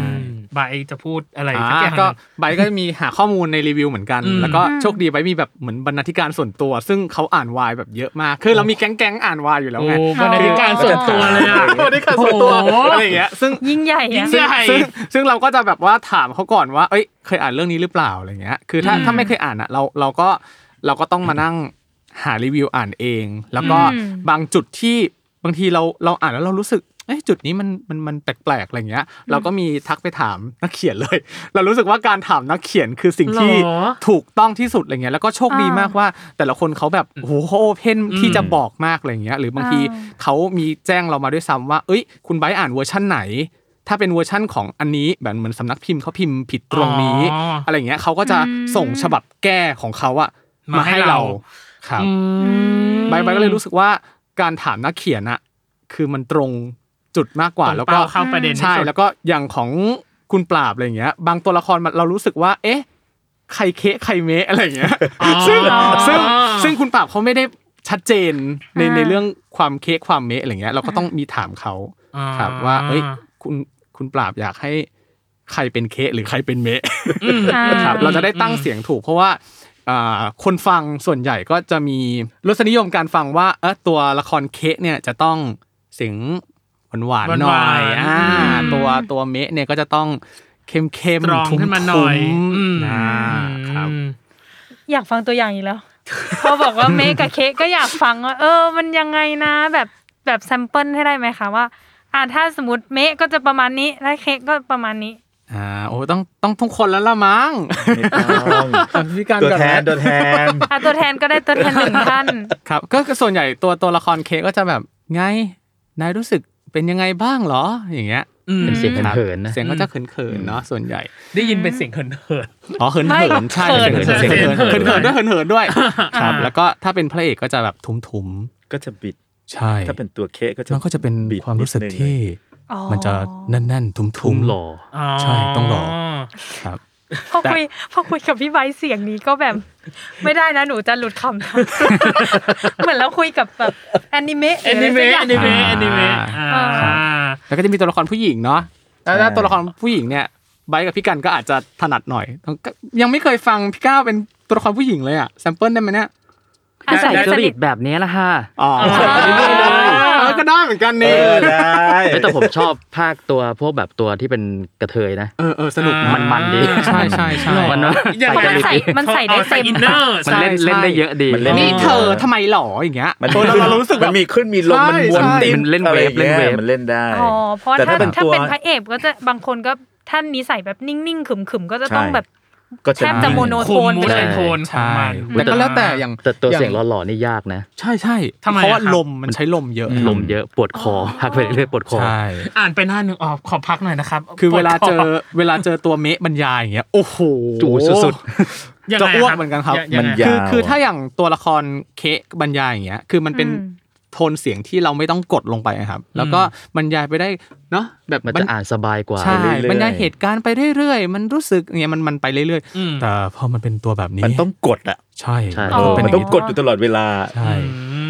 B: บายจะพูดอะไร
E: อ่า
B: สักอย่างห
E: ก็
B: นึ่ง
E: ไบร์ทก็มีหาข้อมูลในรีวิวเหมือนกัน
B: อืม
E: แล้วก็โชคดีไบร์ทมีแบบเหมือนบรรณาธิการส่วนตัว ซึ่งเขาอ่านวายแบบเยอะมากคือเรามีแก๊งแก๊งๆอ่านวายอยู่แล้วไง
B: โอ้บรรณาธิการส่วนตัวเลยอะ
E: บรรณาธิการส่วนตัวอะไรอย่างเงี้ยซึ่ง
C: ยิ่งใหญ่
B: ยิ่ง
C: อะ
B: ใหญ่
E: ซึ่งซึ่งเราก็จะแบบว่าถามเขาก่อนว่า เอ้ย เคยอ่านเรื่องนี้หรือเปล่าอะไรเงี้ย คือถ้า
B: อืม
E: ถ้าไม่เคยอ่านอ่ะ เราเราก็เราก็ต้องมานั่งหารีวิวอ่านเอง แล้วก็
C: อืม
E: บางจุดที่บางทีเราเราอ่านแล้วเรารู้สึก เอ้ยจุดนี้มันมันมันแปลกๆอะไรเงี้ย เราก็มีทักไปถามนักเขียนเลย เรารู้สึกว่าการถามนักเขียนคือสิ่งที่
B: หรอ
E: ถูกต้องที่สุดอะไรเงี้ย แล้วก็โชคดีมากว่า แต่ละคนเขาแบบโอ้โหเขาโอเพนที่จะบอกมากอะไรเงี้ย หรือบางที
C: อ่า
E: เขามีแจ้งเรามาด้วยซ้ำว่า เอ้ย คุณไบร์ทอ่านเวอร์ชั่นไหน ถ้าเป็นเวอร์ชั่นของอันนี้แบบเหมือนสำนักพิมพ์เขาพิมพ์ผิดตรงนี้
B: อ๋ออ
E: อะไรเงี้ยเขาก็จะ
C: อืม
E: ส่งฉบับแก้ของเขาอะ
B: มา
E: มา
B: ให้
E: ให้
B: เรา
E: เราครับ
B: อืม
E: ใบใบก็เลยรู้สึกว่าการถามนักเขียนอะคือมันตรงจุดมากกว่า
B: ตรง
E: แล้วก็
B: เป้าเข้าประเด็นที่สุด
E: ใช่แล้วก็อย่างของคุณปราบอะไรอย่างเงี้ย บางตัวละครมันเรารู้สึกว่า เอ๊ะ ใครเคะใครเมะอะไรอย่างเงี้ย
B: อ๋อ
E: ซึ่งซึ่งซึ่งคุณปราบเขาไม่ได้ชัดเจนในในเรื่องความเคะความเมะอะไรเงี้ย เราก็ต้องมีถามเขา
B: อ่
E: ครับว่า เอ้ยคุณคุณปราบอยากให้ใครเป็นเคะหรือใครเป็นเมะ
B: อืม
C: อ่า
E: ครับเราจะได้ตั้งเสียงถูกเพราะว่าอ่าคนฟังส่วนใหญ่ก็จะมีรสนิยมการฟังว่าเออตัวละครเคะเนี่ยจะต้องเสียงหวานๆหน่
B: ห
E: อ
B: วาน
E: ย
B: ๆ
E: อ่า
B: อืม
E: ตัวตัวเมะเนี่ยก็จะต้องเข้มๆ
B: สตรอง
E: ทุ้ม
B: ขึ้นมาหน่อยอืม
E: ๆนะครับ
C: อยากฟังตัวอย่างอีกแล้ว พอบอกว่าเมกกับเค้กก็อยากฟังว่าเออ มันยังไงนะ แบบแบบแซมเปิลให้ได้ไหมคะว่า อ่าถ้าสมมติเมกก็จะประมาณนี้และเค้กก็ประมาณนี้
E: อ่าโอ้ต้องต้องทุกคนแล้วละ มั้ง
D: ไม่ต้อง
E: พิการ
D: ตัว
E: แบบ
D: แทน
E: นั้น
D: ตัวแทน
C: อ่ะตัวแทนก็ได้ตัวแทนหนึ่งท่าน
E: ครับก็ก็ส่วนใหญ่ตัวตัวละครเคะก็จะแบบไงนายรู้สึกเป็นยังไงบ้างเหรออย่างเงี้ย
B: อืม
F: เป็นเสียง
E: ครับ
F: เขินๆนะ
E: เสียงก็จะเขินๆเนาะส่วนใหญ่
B: ได้ยินเป็นเสียงเขิน
E: อ๋อเหิน
C: ไม่
E: เหินใช่
C: เขิ
E: เหิ
C: น
E: น
D: เขิ
E: เหิ
D: น
E: น
D: เขิน
E: เหินเหินเหินด้วยเหินเหินด้วยครับ
B: อ่า
E: แล้วก็ถ้าเป็นพระเอกก็จะแบบทุ้มทุม
D: ก็จะบิด
E: ๆใช่
D: ถ้าเป็นตัวเค้กก็จะ
E: มันก็จะเป็น
D: บิด
E: ความรู้สึก
D: นิดนึง
E: ที่
C: อ๋อ
E: มันจะแน่นๆทุ้มทุ
F: คุ้
E: ม
F: มหล่อ
B: ๆอ๋อ
E: ใช่ต้องรอ ครับ
C: พอคุยพอคุยกับพี่ไบร์ทเสียงนี้ก็แบบ ไม่ได้นะหนูจะหลุดคำนะ เหมือนเราคุยกับแบบแอนิเมะห
B: แอ
C: รืออะไร
B: นิ
C: สัก
B: เมะ
C: อย่าง
B: แอนิเมะแอนิเมะอ่า
E: ครับ แล้วก็จะมีตัวละครผู้หญิงเนาะแล้วถ้าตัวละครผู้หญิงเนี่ยไบร์ทกับพี่กันก็อาจจะถนัดหน่อยต้องก็ยังไม่เคยฟังพี่ก้าวเป็นตัวละครผู้หญิงเลยอะแซมเปิลได้ไหมเนี่ย
C: อ่ะ
F: ใส่
C: ได้
F: จริตแบบนี้ละฮะ
E: อ๋อเออก็ได้เหมือนกันนี่
D: เออได้
F: เอ้ยแต่ผมชอบภาคตัวพวกแบบตัวที่เป็นกระเทยนะ
E: เออเออสนุกะ
F: มันมันๆดี
E: ใช่ใช่ใช่
F: มันว่า
B: อย่าง
F: ใส่
C: เพราะมันใส่
F: จริตดี
C: มันใส่ได้
B: อา
C: เต็ม
B: อินเนอร์
F: มันเล่น
E: ใช่
F: เล่นได้เยอะดี
D: มันเล่น
E: นี่เธอทำไมหล่ออย่างเงี้ย
D: มัน
E: เออเราเราเรารู้สึก
D: มั
E: ว่า
D: นมีขึ้นมีลงมันวน
E: ใช่
D: ติ้ง
F: มันเล่นเวฟ
D: อะไรอย่างงี้ย
F: เล่นเวฟ
D: มันเล่นได้
C: อ๋อเพราะ
D: แต่
C: ถ้า
D: ถ้าเป็น
C: ถ้า
D: ตัว
C: เป็นพระเอกก็จะบางคนก็ท่านนี้ใส่แบบนิ่งๆขึมๆก็จะต้อง
D: ใช่
C: แบบ
D: ก็จะ
C: แทบจะโมโน
B: คุมมูดแอนโทนของ
E: ใช่
B: มัน
E: แต่ก็แล้วแต่อย่าง
F: แต่ตัว
E: อา
F: เสียงหล่อๆนี่ยากนะ
E: ใช่ใช่
B: ทำไมอะ
E: เพราะว่า
B: ครับ
E: ลมมันใช้ลมเยอะ
F: ลมเยอะปวดคอพักไปเรื่อยๆปวดคอ
E: ใช่
B: อ่านไปหน้าหนึ่งอ๋อขอพักหน่อยนะครับ
E: คือเวลาเจอ
B: ปวดค
E: เวลาเจอตัวเมะบรรยายอย่างเงี้ยโอ้โห
F: จู่สุด
B: ยัง
E: จะ
B: ไง
E: อ้วก
B: ครั
E: เหมือนกันครับ
B: ยัง
D: มัน
B: ไง
D: ยา
E: คือ
D: ว
E: คือถ้าอย่างตัวละครเคะบรรยายอย่างเงี้ยคือมันเป็น
C: อืม
E: โทนเสียงที่เราไม่ต้องกดลงไปอะครับ แล้วก็บรรยายไปได้เนาะแบบ
F: มัน
E: บรร
F: จะอ่านสบายกว่า
E: ใช่
D: ไปเรื่อยๆ
E: บรรยายเหตุการณ์ไปเรื่อยๆ มันรู้สึกเนี่ยมันมันไปเรื่อย
B: อืม
E: ๆ แต่พอมันเป็นตัวแบบนี้
D: มันต้องกดอ่ะ
E: ใช่
F: ใช่
E: เออเป็น
D: มัน
E: ย่า
D: ต้อง
E: นี้
D: กดอยู่ตลอดเวลา
E: ใช่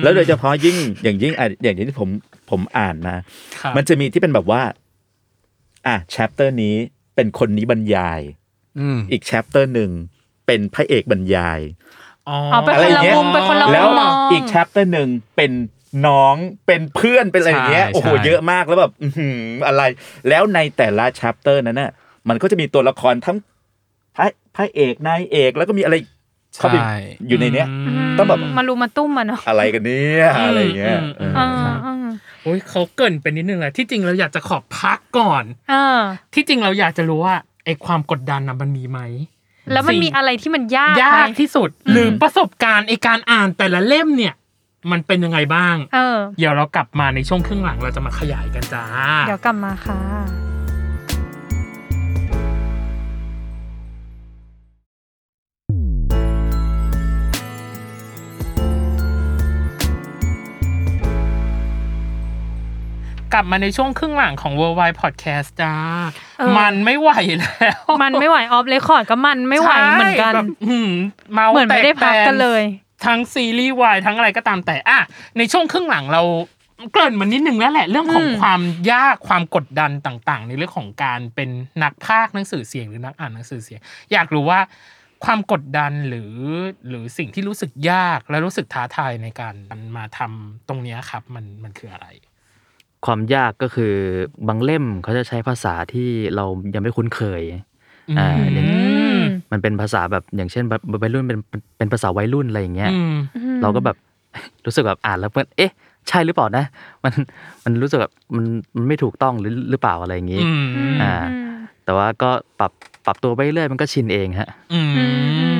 D: แล้วโดยเฉพาะยิ่งอย่างยิ่งอ่ะอย่างที่ผมผมอ่านมา
B: ครับ
D: มันจะมีที่เป็นแบบว่า อ่ะ chapter นี้เป็นคนนี้บรรยาย
E: อืม
D: อีก chapter หนึ่งเป็นพระเอกบรรยาย
B: อ๋อ
C: เอาไป
D: อะไร
C: คน
D: อย่า
C: ละ
D: งเงี้ย
C: มุมไปคนละ
D: แล้ว
C: มุมมอง
D: อีก chapter หนึ่งเป็นน้องเป็นเพื่อนเป็นอะไรอย่างเงี้ย
E: ใช่
D: โอ้โห
E: ใช่
D: เยอะมากแล้วแบบอื้อหืออะไร แล้วในแต่ละ chapter นั้นน่ะมันก็จะมีตัวละครทั้งพระพระเอกนายเอกแล้วก็มีอะไรเข้าไป
E: ใช่
D: อยู่ในเนี้ย
B: อืม
D: ต้องแบบ
C: มารุมมาตุ้มมาเนาะ
D: อะไรกันเนี่ยอะไรอย่างเงี้ย
B: อืมอืม
D: เอ
C: เออ
D: อ
C: เออ
B: โอ้ยเขาเกรินเป็นนิดนึงแหละที่จริงเราอยากจะขอพักก่อน
C: เออ
B: ที่จริงเราอยากจะรู้ว่าไอ้ความกดดันน่ะมันมีไหม
C: แล้วมัน
B: สิ่ง
C: มีอะไรที่มันยาก
B: ย
C: ไหม
B: ากที่สุดหรือประสบการณ์ไอ้การอ่านแต่ละเล่มเนี่ย มันเป็นยังไงบ้าง
C: เออ
B: เดี๋ยวเรากลับมาในช่วงครึ่งหลังเราจะมาขยายกันจ้า
C: เดี๋ยวกลับมาค่ะ
B: กลับมาในช่วงครึ่งหลังของ Worldwide Podcast จ้า
C: เออ
B: มันไม่ไหวแล้ว
C: มันไม่ไหวออฟเลยคอร์ดก็มันไม่ไหวเหมือนกัน
B: ใช่แบบอื้อหือเมา
C: เหมือนไม่ได้พักกันเลย
B: ทั้งซีรีส์วายทั้งอะไรก็ตามแต่อ่ะในช่วงครึ่งหลังเราเกริ่นมานิดนึงแล้วแหละ เรื่องของ
C: อืม
B: ความยากความกดดันต่าง ๆ ในเรื่องของการเป็นนักพากย์หนังสือเสียงหรือนักอ่านหนังสือเสียง อยากรู้ว่าความกดดันหรือหรือสิ่งที่รู้สึกยากและรู้สึกท้าทายในการมาทำตรงเนี้ยครับ มันมันคืออะไร
F: ความยากก็คือบางเล่มเขาจะใช้ภาษาที่เรายังไม่คุ้นเคย อ่า
B: อื
C: อื
B: ม
C: ม
F: มันเป็นภาษาแบบอย่างเช่นแบบวัยรุ่นเป็นเป็นภาษาวัยรุ่นอะไรอย่างเงี้ย
B: อืม
F: เราก็แบบ รู้สึกแบบอ่านแล้วมันเอ๊ะ ใช่หรือเปล่านะ มันมันรู้สึกแบบมันมันไม่ถูกต้องหรือหรือเปล่าอะไรอย่างงี้
B: อืม
F: อ่า แต่ว่าก็ปรับปรับตัวไปเรื่อยมันก็ชินเองฮะ
B: อื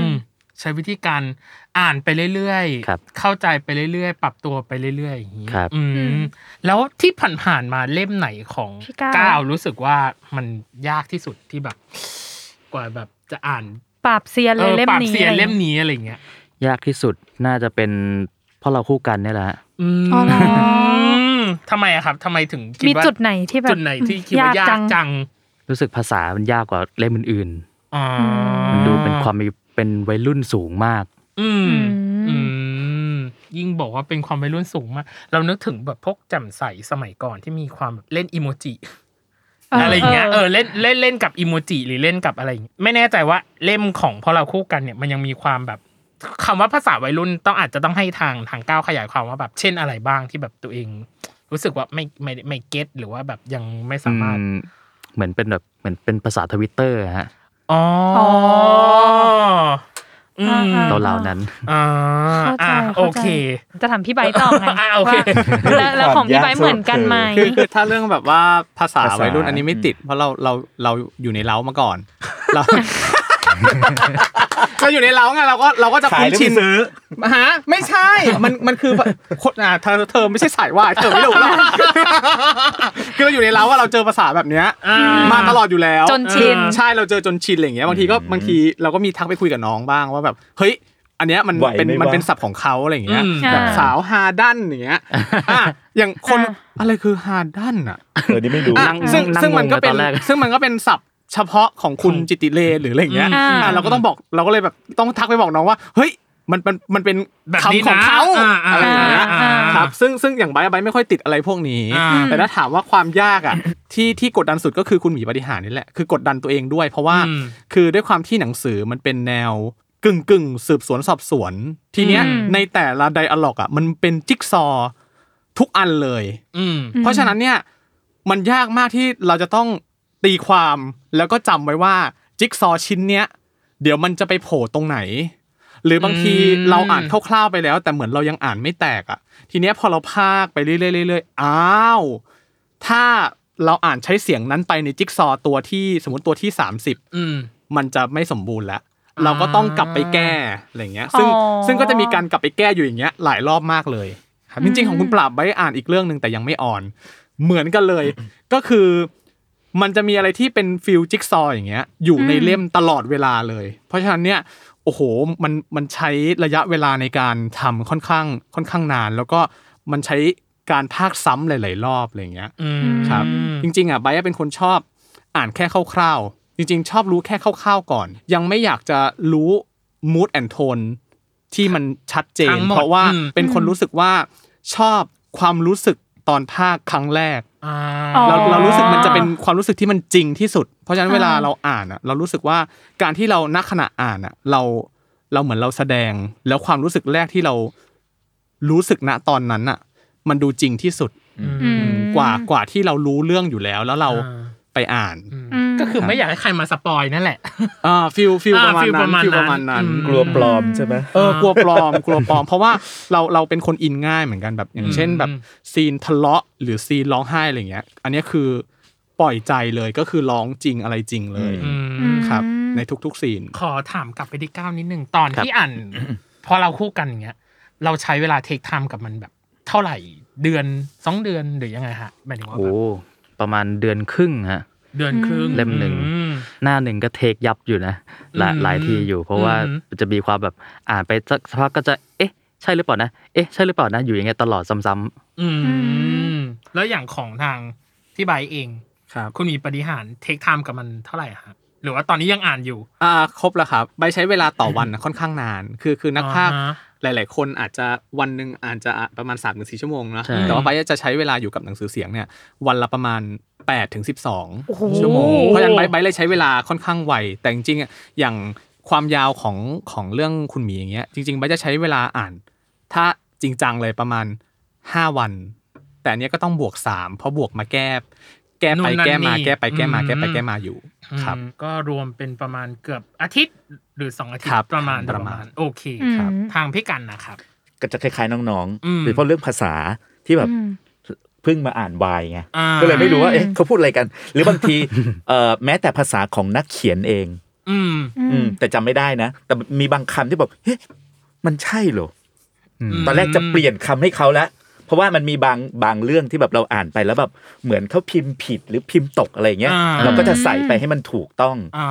B: ม ใช้วิธีการอ่านไปเรื่อย
F: ครับ
B: ๆ เข้าใจไปเรื่อยๆ ปรับตัวไปเรื่อยๆอย่างนี้
F: ครับ
B: อืม
C: อืม
B: แล้วที่ผ่านๆมาเล่มไหนของ
C: พี่ก้าว
B: ก้าวรู้สึกว่ามันยากที่สุดที่แบบ กว่าแบบจะอ่าน
C: ปราบเซียนเลยเล่ม
B: ปราบ
C: นี้
B: เสียน
C: อะไร
B: เล่มนี้อะไรเงี้ย
F: ยากที่สุดน่าจะเป็นเพราะเราคู่กันเนี่ยแหละฮะ
B: อืม
C: อ๋อเหรอ
B: ทำไมอะครับทำไมถึงคิด
C: มี
B: ว่า
C: จุดไหนที่แบบ
B: จุดไหนที่คิดว่ายากจัง
F: รู้สึกภาษามันยากกว่าเล่มอื่น
B: อ๋ออ
F: ๆมันดูเป็นความมีเป็นวัยรุ่นสูงมาก
B: อืม
C: อื
B: อื
C: ม
B: มยิ่งบอกว่าเป็นความวัยรุ่นสูงมาก เรานึกถึงแบบพวกแจ่มใสสมัยก่อนที่มีความแบบเล่นอิโมจิ
C: เอออ
B: อะไรอย่างเงี้ย
C: เออ
B: เออเล่นเล่นเล่นกับอิโมจิหรือเล่นกับอะไรอย่างเงี้ยไม่แน่ใจว่าเล่มของพอเราคู่กันเนี่ยมันยังมีความแบบคำว่าภาษาวัยรุ่นต้องอาจจะต้องให้ทางทางก้าวขยายความว่าแบบเช่นอะไรบ้างที่แบบตัวเอง รู้สึกว่าไม่ไม่ไม่เก็ตหรือว่าแบบยังไม่สามารถ
F: อืมเหมือนเป็นแบบเหมือนเป็นภาษาทวิตเตอร์ฮะ
B: อ๋ออ
C: อ
B: อื
C: อ่าม อ่า
F: เราเหล่านั้น
B: อ่า
C: เข้าใจ
B: อ่า
C: เข้าใจ
B: โอเค
C: จะถามพี่ไบร์ทต่อไง
B: อ่ะโอเค
C: ว่าแล้วแล้วของพี่ไบร์ทเหมือนกันไหม
E: คือคือถ้าเรื่องแบบว่าภาษา
D: ภาษา
E: วัยรุ่นอันนี้ไม่ติด เพราะเราเราเราอยู่ในเล้ามา ก่อนเรา เราอยู่ในเล้าไงเราก็เราก็จะ
D: ขาย
E: คุ้
D: ห
E: น
D: รือ
E: ชิน
D: ซื้อ
E: ฮะไม่ใช่ มันมันคือคนอ่ะเธอเธอไม่ใช่สายว่ายเธอไม่รู้หรอก คืออยู่ในเล้าว่าเราเจอภาษาแบบเนี้ย
B: อ่า
E: มาตลอดอยู่แล้ว
C: จนชิน
E: ใช่เราเจอจนชินอะไรอย่างเงี้ยบางทีก็บางทีเราก็มีทักไปคุยกับน้องบ้างว่าแบบเฮ้ย อันเนี้ยมัน
D: ไหวไหม
E: เป็นมัน
D: วะ
E: เป็นศัพท์ของเขาอะไรอย่างเงี้ย
B: อืม
C: อ่า
E: แบบสาวฮาดันอย่างเงี้ยอ่ะอย่างคน
C: อ่า
E: อะไรคือฮาดันอ่ะ
D: เออนี่ไม่รู้
E: อ่ะ
F: นั่ง
E: ซึ่ง
F: นั่ง
E: ซึ่งมัน
F: งง
E: ก็
F: เลย
E: เป็น
F: ตอนแรก
E: ซึ่งมันก็เป็นศัพท์เฉพาะของคุณจิตติเลหรืออะไรอย่างเงี้ย
C: อืม
E: อ่ะเราก็ต้องบอกเราก็เลยแบบต้องทักไปบอกน้องว่าเฮ้ยมันมันมันเป็น
B: แบบนี้
E: คำของ
B: นะ
E: เขา
B: อ่าอ่า
E: อะไรอย่างเงี้ย
B: อ่าอ่า
E: ครับซึ่งซึ่งอย่างไบร์ทไบร์ทไม่ค่อยติดอะไรพวกนี้
B: อ่า
E: แต่ถ้าถามว่าความยากอ่ะ ที่ที่กดดันสุดก็คือคุณหมีปฏิหารนี่แหละคือกดดันตัวเองด้วย เพราะว่า
B: อืม
E: คือด้วยความที่หนังสือมันเป็นแนวกึ่งกึ่งสืบสวนสอบสวน ทีเนี้ย
C: อืม
E: ในแต่ละไดอะล็อกอ่ะมันเป็นจิ๊กซอว์ทุกอันเลย
B: อืม
E: เพราะฉะนั้นเนี่ยมันยากมากที่เราจะต้องตีความแล้วก็จำไว้ว่าจิ๊กซอว์ชิ้นเนี้ยเดี๋ยวมันจะไปโผล่ตรงไหน หรือบางที
B: อืม
E: เราอ่านคร่าวๆไปแล้ว แต่เหมือนเรายังอ่านไม่แตกอ่ะ ทีเนี้ยพอเราพากไปเรื่อยๆเรื่อยๆอ้าว ถ้าเราอ่านใช้เสียงนั้นไปในจิ๊กซอว์ตัวที่สมมติตัวที่ 30
B: อืม
E: มันจะไม่สมบูรณ์แล้ว เราก็ต้องกลับไปแก้อะไรอย่างเงี้ยซึ่ง
C: อ๋อ
E: ซึ่งก็จะมีการกลับไปแก้อยู่อย่างเงี้ยหลายรอบมากเลยครับจริงๆของคุณปราบไว้อ่านอีกเรื่องหนึ่งแต่ยังไม่อ่อน เหมือนกันเลย ก็คือมันจะมีอะไรที่เป็นฟิลจิ๊กซอว์อย่างเงี้ยอยู่ใน
C: อืม
E: เล่มตลอดเวลาเลย เพราะฉะนั้นเนี่ยโอ้โหมันมันใช้ระยะเวลาในการทำค่อนข้างค่อนข้างนาน แล้วก็มันใช้การพากย์ซ้ำหลาย ๆ รอบอะไรอย่างเงี้ย
B: อืม
E: ครับ
B: อืม
E: จริงๆอ่ะไบร์ทเป็นคนชอบอ่านแค่คร่าวๆจริง ๆ ชอบรู้แค่คร่าวๆก่อน ยังไม่อยากจะรู้ mood and tone ที่มันชัดเจ
B: ทั้
E: น
B: งหมด
E: เพราะว่า
B: อืม
E: เป็นคน
C: อืม
E: รู้สึกว่าชอบความรู้สึกตอนภาคครั้งแรก
B: อ่า
C: อ๋อ
E: เราเรารู้สึกมันจะเป็นความรู้สึกที่มันจริงที่สุด เพราะฉะนั้น
C: อ่า
E: เวลาเราอ่านอ่ะเรารู้สึกว่าการที่เราณขณะอ่านอ่ะเราเราเหมือนเราแสดง แล้วความรู้สึกแรกที่เรารู้สึกณตอนนั้นอ่ะมันดูจริงที่สุด
C: อืม
E: กว่ากว่าที่เรารู้เรื่องอยู่แล้วแล้วเรา
B: อ่า
E: ไปอ่าน
C: อืม
B: ก็คือไม่อยากให้ใครมาสปอยนั่นแหละ
E: อ่าฟิลฟิล
B: อ่า
E: ประมาณ
B: feel ป
E: นั้นฟิลประ
B: มา
E: ระมา
B: ณ
E: ณ
B: นั้
E: นั้น น
D: กลัวปลอมใช่ไหม
E: เออกลัวปลอม กลัวปลอม เพราะว่าเราเราเป็นคนอินง่ายเหมือนกันแบบอย่างเช่น แบบซีนทะเลาะหรือซีนร้องไห้อะไรอย่างเงี้ย อันเนี้ยคือปล่อยใจเลยก็คือร้องจริงอะไรจริงเลย
D: อื
B: อืม
E: ครับ
C: อืม
E: ในทุกๆซีน
B: ขอถามกลับไปที่ก้าวนิดนึง ตอนที่อ่าน พอเราคู่กันอย่างเงี้ย เราใช้เวลาเทคไทม์กับมันแบบ เท่าไหร่เดือนสองเดือนหรือยังไงฮะหมายถึงว่าแบ
F: โอ้
B: บ
F: ประมาณเดือนครึ่งฮะ
B: เดือนครึ่ง
F: เล่มหนึ่ง
B: อืม
F: หน้าหนึ่งก็เทคยับอยู่นะหลาย
B: อืม
F: หลายทีอยู่ เพราะว่า
B: อืม
F: จะมีความแบบอ่านไปสักพักก็จะเอ๊ะ ใช่หรือเปล่านะเอ๊ะใช่หรือเปล่านะอยู่อย่างเงี้ยตลอดซ้ำๆ
B: อื
C: อื
B: ม แล้วอย่างของทางพี่ใบร์ทเอง
E: ครับ
B: คุณมีปฏิหารเทคไทม์กับมันเท่าไหร่ฮะหรือว่าตอนนี้ยังอ่านอยู่
E: อ่าครบแล้วครับใบใช้เวลาต่อวันนะค่อนข้างนาน คือคือนักพากย์
B: อ่าฮะ
E: หลาย ๆ คนอาจจะวันหนึ่งอาจจะประมาณ3าถึงสชั่วโมงนะ
F: ใช่
E: แต่ว่าใบจะใช้เวลาอยู่กับหนังสือเสียงเนี่ยวันละประมาณ8ปดถึงสิชั่วโมง เพราะฉะนั้นใบใบเลยใช้เวลาค่อนข้างไวแต่จริงๆอ่ะอย่างความยาวของของเรื่องคุณหมีอย่างเงี้ยจริง ๆ ใบจะใช้เวลาอ่าน ถ้าจริงจังเลยประมาณ 5 วัน แต่อันเนี้ยก็ต้องบวก 3 เพราะบวกมาแก้ แก้ไปแก้มาแก้ไปแก้มาแก้ไปแก้มาอยู่ครับ
B: อืมก็รวมเป็นประมาณเกือบอาทิตย์ หรือสองอาทิต
E: ครับ
B: ย์ประมาณ
E: ประมาณ
B: โอเค
C: ครับ
B: ทางพี่กันนะครับ
D: ก็จะคล้ายๆน้อง
B: อืม
D: ๆโดยเฉพาะเรื่องภาษาที่แบบ
C: อืม
D: เพิ่งมาอ่านวายไง
B: อ่า
D: ก็เลยไม่รู้ว่า
C: อืม
D: เอ๊ะเขาพูดอะไรกัน หรือบางทีเอ่อแม้แต่ภาษาของนักเขียนเอง
B: อืม
C: อื
D: อื
C: ม
D: มแต่จำไม่ได้นะ แต่มีบางคำที่แบบเฮ้ยมันใช่เหรออ
B: ม
D: ตอนแรกจะเปลี่ยนคำให้เขาละเพราะว่ามันมีบางบางเรื่องที่แบบเราอ่านไปแล้วแบบเหมือนเขาพิมพ์ผิดหรือพิมพ์ตกอะไรอย่างเงี้ย
B: อ่า
D: เราก็จะใส่ไปให้มันถูกต้อง
B: อ่า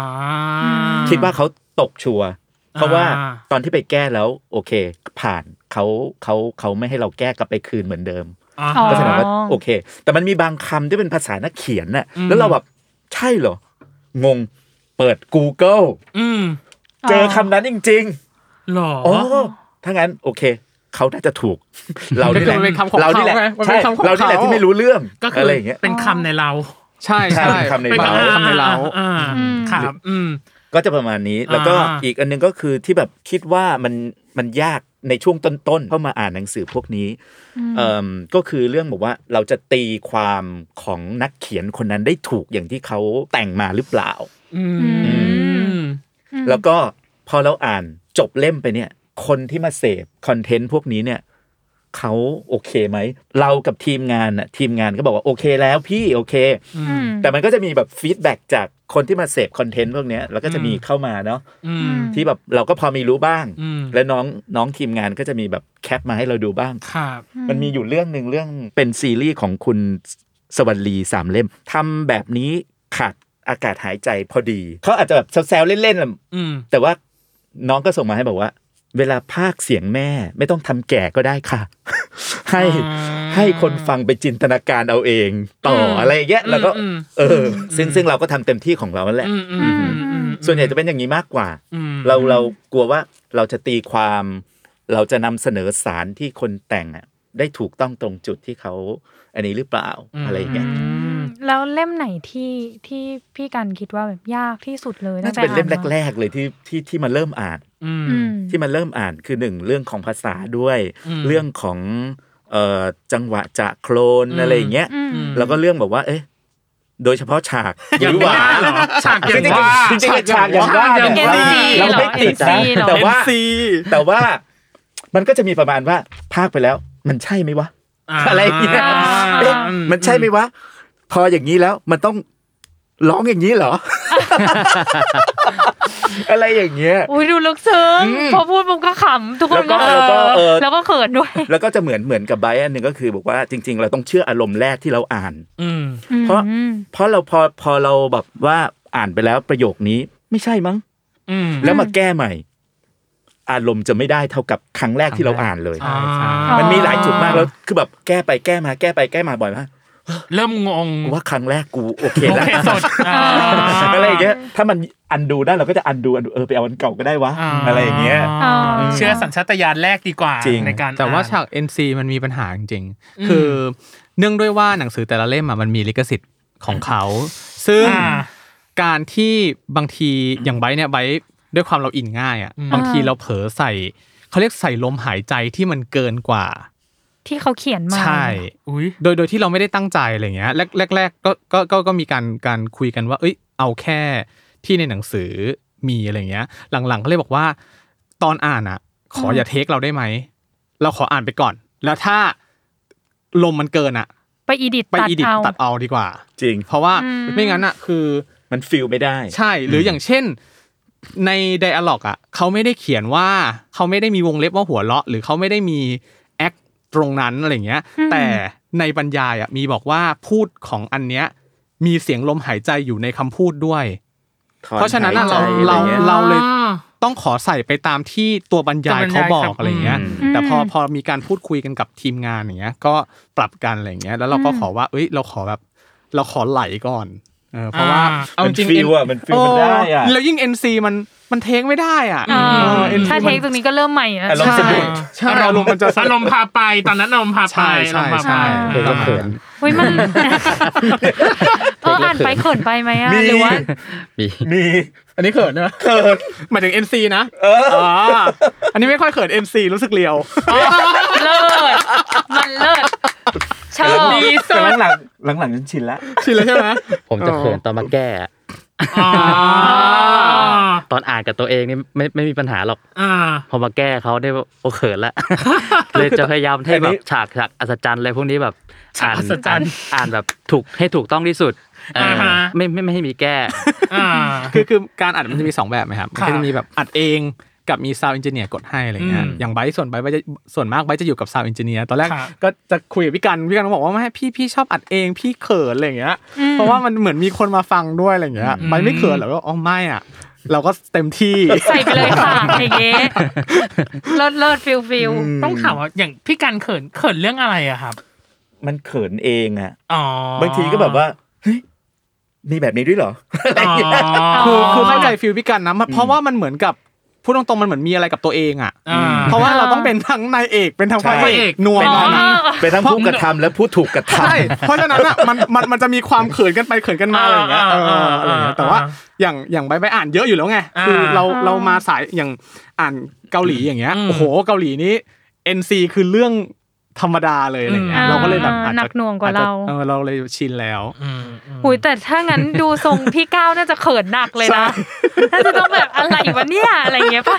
C: ม
D: คิดว่าเขาตกชัวร์เพราะว่า
B: อ่า
D: ตอนที่ไปแก้แล้วโอเค ผ่านเขาเขาเขาไม่ให้เราแก้กลับไปคืนเหมือนเดิม
B: อ่า
C: อ๋อ
D: ก็แสดงว่าโอเค แต่มันมีบางคำที่เป็นภาษานักเขียนน่ะ
B: อืม
D: แล้วเราแบบใช่เหรอ งงเปิด Google
B: อืม
D: เจอคำนั้นจริง
B: หรอ
D: ๆอ๋อถ้างั้นโอเค เขาน่าจะถูก เรานี่แหละ
E: มันเป็นคำของ
D: เรานี่แหละ
E: เขาไงมัน
D: ใช่
E: เป็นคำของ
D: เรานี่แหละ
E: เขา
D: ที่ไม่รู้เรื่อง
B: ก็คื
D: อะไรอย่างเงี้ย
B: เป็นคำในเรา
E: ใช่ใช่
D: ใช่เป็นคำใน
E: เป็น
D: เล้า
E: คำในเรา
B: อ่
C: อืม
B: ครับอืม
D: ก็จะประมาณนี้แล้วก็
B: อ่า
D: อีกอันหนึงก็คือที่แบบคิดว่ามันมันยากในช่วงต้นๆเข้ามาอ่านหนังสือพวกนี้เอิ่มก็คือเรื่องบอกว่าเราจะตีความของนักเขียนคนนั้นได้ถูกอย่างที่เขาแต่งมาหรือเปล่า
B: อืมอื
C: อื
B: ม
D: แล้วก็พอเราอ่านจบเล่มไปเนี่ย คนที่มาเสพคอนเทนต์พวกนี้เนี่ยเขาโอเคไหม เรากับทีมงานน่ะทีมงานก็บอกว่าโอเคแล้วพี่โอเค
C: อืม
D: แต่มันก็จะมีแบบฟีดแบ็กจากคนที่มาเสพคอนเทนต์พวกเนี้ยแล้วก็จะมี
B: อืม
D: เข้ามาเนาะ
B: อื
C: อื
B: ม
C: ม
D: ที่แบบเราก็พอมีรู้บ้าง
B: อืม
D: และน้องน้องทีมงานก็จะมีแบบแคปมาให้เราดูบ้าง
B: ครับ
D: มันมีอยู่เรื่องหนึ่งเรื่องเป็นซีรีส์ของคุณสวัสดีสามเล่มทำแบบนี้ขาดอากาศหายใจพอดีเขาอาจจะแบบแซวๆเล่นๆแหละ
B: อืม
D: แต่ว่าน้องก็ส่งมาให้บอกว่า เวลาภาคเสียงแม่ ไม่ต้องทำแก่ก็ได้ค่ะ ให้
B: อ่า
D: ให้คนฟังไปจินตนาการเอาเองต่ออ
B: ม
D: อะไรอย่างเงี้ยแล้วก็
B: อืม
D: เอออซึ่งซึ่งเราก็ทำเต็มที่ของเรานั่นแหละ
B: อืมอืมอืมอืม
D: ส่วนใหญ่จะเป็นอย่างนี้มากกว่า
B: อืม
D: เราเรากลัวว่าเราจะตีความ เราจะนำเสนอสารที่คนแต่งอะได้ถูกต้องตรงจุดที่เขาอันนี้หรือเปล่า
B: อืม
D: อะไรอย่างเงี้ย
C: อืมแล้วเล่มไหนที่ที่พี่กันคิดว่าแบบยากที่สุดเลย
D: น่าจะเป็นเล่ม
C: ตั้งต่อ่าา
D: แรก ๆ เลยที่ที่ที่มาเริ่มอ่าน
B: อืม
C: อืม
D: ที่มันเริ่มอ่านคือหนึ่งเรื่องของภาษาด้วย
B: อืม
D: เรื่องของเอ่อจังหวะจะโครน
B: อืม
D: อะไรอย่างเงี้ย
C: อืม
D: แล้วก็เรื่องแบบว่า เอ๊ะ โดยเฉพาะฉาก
B: อย่าง
D: หวา
B: ว่าเหรอฉากอย่างว่า
D: จริงๆจริงๆฉากอย่างว่า
B: ฉากอย่างว่า
D: เนี่ยเราไม่ติดนะ
C: MC เหรอ
D: แต่ว่า
E: MC
D: แต่ว่ามันก็จะมีประมาณว่าภาคไปแล้ว มันใช่ไหมวะ อะไรอย่างเงี้ย
B: อ่า
D: เอ๊ะมันใช่ไหมวะ พออย่างนี้แล้วมันต้องร้องอย่างนี้เหรอ อะไรอย่างเงี้ย
C: อุ้ยดูลึกซึ้งพอพูดผมก็ขำทุกคนก็
D: แล้วก็แล้วก็เออ
C: แล้วก็เขินด้วย
D: แล้วก็จะเหมือนเหมือนกับไบรท์อันหนึ่งก็คือบอกว่าจริง ๆ เราต้องเชื่ออารมณ์แรกที่เราอ่าน
B: อืม
D: เพราะ เพราะเราพอพอเราแบบว่าอ่านไปแล้วประโยคนี้ไม่ใช่มั้ง
B: อืม
D: แล้วมาแก้ใหม่ อารมณ์จะไม่ได้เท่ากับครั้งแรกที่เราอ่านเลย
E: ใช่ใช่
C: อ๋อ
D: มันมีหลายจุดมากแล้วคือแบบแก้ไปแก้มาแก้ไปแก้มาบ่อยมาก
B: เริ่มงง
D: กูว่าครั้งแรกกูโอเค
B: โอ
D: แล้ว
B: เคสดา
D: อะไรอย่างเงี้ยถ้ามันอันดูได้เราก็จะอันดูอันดูเออไปเอาอันเก่าก็ได้วะ
B: อ่า
D: อะไรอย่างเงี้ย
C: อ๋อ
B: เชื่อสัญชาตญาณแรกดีกว่า
D: จริง
B: ในการ
E: แต่ว่า
B: อ่น
E: ฉาก NC มันมีปัญหาจริง
B: อืม
E: ๆ คือเนื่องด้วยว่าหนังสือแต่ละเล่มอะมันมีลิขสิทธิ์ของเขา ซึ่ง
B: อ่า
E: การที่บางทีอย่างไบร์ทเนี่ยไบร์ทด้วยความเราอินง่ายอ่ะ
B: อืม
E: บางทีเราเผลอใส่เขาเรียกใส่ลมหายใจที่มันเกินกว่า
C: ที่เขาเขียนมา
E: ใช่
B: อุ้ย
E: โดยโดยที่เราไม่ได้ตั้งใจอะไรเงี้ยแรกแรกแรกก็ก็ก็ก็มีการการคุยกันว่า เอ้ยเอาแค่ที่ในหนังสือมีอะไรเงี้ย หลังๆก็เลยบอกว่า ตอนอ่านอ่ะ ขออย่าเทคเราได้ไหม เราขออ่านไปก่อน แล้วถ้าลมมันเกินอ่ะ
C: ไปอีดิต
E: ไป
C: ตัด
E: อีดิต
C: เอา
E: ตัดเอาดีกว่า
D: จริง
E: เพราะว่า
C: อืม
E: ไม่งั้นอ่ะคือ
D: มันฟิลไม่ได้
E: ใช่ หรืออย่างเช่นในไดอะล็อกอ่ะเขาไม่ได้เขียนว่าเขาไม่ได้มีวงเล็บว่าหัวเราะ หรือเขาไม่ได้มีแอคตรงนั้นอะไรเงี้ย แต่ในบรรยายอ่ะมีบอกว่าพูดของอันเนี้ยมีเสียงลมหายใจอยู่ในคำพูดด้วย
D: ถอ
E: เพราะฉะนั้นอะ
D: หยใจ
E: เรา
D: อะไร
E: เรา
D: เงี้ย
E: เราเลยต้องขอใส่ไปตามที่ตัวบรรยาย
B: ตัวบรรยาย
E: เขาบอ
B: ครั
E: ก
B: บ
E: อะไรเงี้ย
D: อืม
E: แต่พอพอมีการพูดคุยกันกับทีมงานอย่างเงี้ย ก็ปรับกันอะไรเงี้ย แล้วเราก็ขอว่า เอ้ยเราขอแบบ เราขอไหลก่อนเออเพราะว่า
B: อ่า
E: เอาจริง
D: มันฟีลอะมันฟีลมันได้อะ
E: แล้วยิ่ง NC มันมันเทคไม่ได้อ่ะ
C: อ่า
E: เออ NC
C: ถ้าเทคต
E: มั
C: ร
E: น
C: งนี้ก็เริ่มใหม่แล้ว
D: อารมณ์สะดุด
E: ใช่อารมณ์มันจะสะดุด
B: อารมณ์พาไปตอนนั้นอารมณ์พาไป
E: ใช่ใช่
B: อารมณ์พา
E: ใช่
B: ไป
D: เออก็เขิน
C: เฮ้ยมันเอออ่านไปเขินไปไหมอ่ะหรือว่า
F: มี
D: มี
E: อันนี้เขินนะ
D: เขิน
E: หมายถึง NC นะาอันนี้ไม่ค่อยเขิน NC รู้สึกเลียว
C: เลิศมันเลิศชอบ
B: ดีสุ
D: แต่
B: ด
D: หลังหลังหลังๆฉันชินละ
E: ชินแล้วใช่ไหม
F: ผมจะเขินตอนมาแก้
B: อ๋อ
F: ตอนอ่านกับตัวเองนี่ไม่ไม่มีปัญหาหรอก
B: อ่า
F: พอมาแก้เขาได้โอเขินละ เลยจะพยายามให้แบบฉากฉากอัศจรรย์อะไรพวกนี้แบบ
B: ฉากอัศจรรย์
F: อ่านอ่านแบบถูกให้ถูกต้องที่สุดเอออา
B: ฮะ
F: ไม่ไม่ไม่ให้มีแก้
B: อ่า
E: คือคือการอัดมันจะมี 2 แบบไหมครับมัน
B: ค่ะ
E: ก็จะมีแบบอัดเองกับมีซาว n d เอนจิเนียร์กดให้อะไรเงี้ย
B: อืม
E: อย่างไบร์ทส่วนไบร์ทไบร์ทจะส่วนมากไบร์ทจะอยู่กับซาว n d เอนจิเนียร์ตอนแรก
B: ค่ะ
E: ก็จะคุยกับพี่กันพี่กันก็บอกว่าไม่พี่พี่ชอบอัดเองพี่เขินอะไรเงี้ย
C: อืม
E: เพราะว่ามันเหมือนมีคนมาฟังด้วยอะไรเงี้ยไบร์ทไม่เขินหรอกก็อ๋อไม่อ่ะ เราก็เต็มที่
C: ใส่ไปเลยค่ะอย่างเงี้ยเลิศเลิศฟิลฟิล
B: ต้องถามว่าอย่างพี่การเขินเขินเรื่องอะไรอะครับ
D: มันเขินเองอ่ะ
B: อ๋อบ
D: างทีก็แบบว่าเฮ้ยมีแบบนี้ด้วยเหรอ
B: อ๋อ
E: คือคือเข้าใจฟิลพี่กันนะมันเพราะว่ามันเหมือนกับพูดตรงๆมันเหมือนมีอะไรกับตัวเองอ่ะ
B: อ่า
E: เพราะว่าเราต้องเป็นทั้งนายเอกเป็นทั้ง
D: ใช่
E: พระเอกหนว
B: เป็
E: ง
B: นทั้ง
E: นะ
D: เป็นทั้งผู้กระทำและผู้ถูกกระทำ
E: ใช่ เพราะฉะนั้นอ่ะมันมันมันจะมีความเขินกันไปเขินกันมาอะไรอย่างเงี้ยเอออะไรอย่างเงี้ยแต่ว่าอย่างอย่างใบใบอ่านเยอะอยู่แล้วไงคือเราเรามาสายอย่างอ่านเกาหลีอย่างเงี้ยโอ้โหเกาหลีนี้ NC คือเรื่องธรรมดาเลยอะไรเงี้ยเราก็เลยแบบอาจจะเออเราเลยชินแล้ว
B: อืมอืม
C: หุยแต่ถ้างั้นดูทรงพี่ก้าวน่าจะเขินหนักเลยนะน่าจะต้องแบบอะไรวะเนี่ยอะไรอย่างเงี้ยป่ะ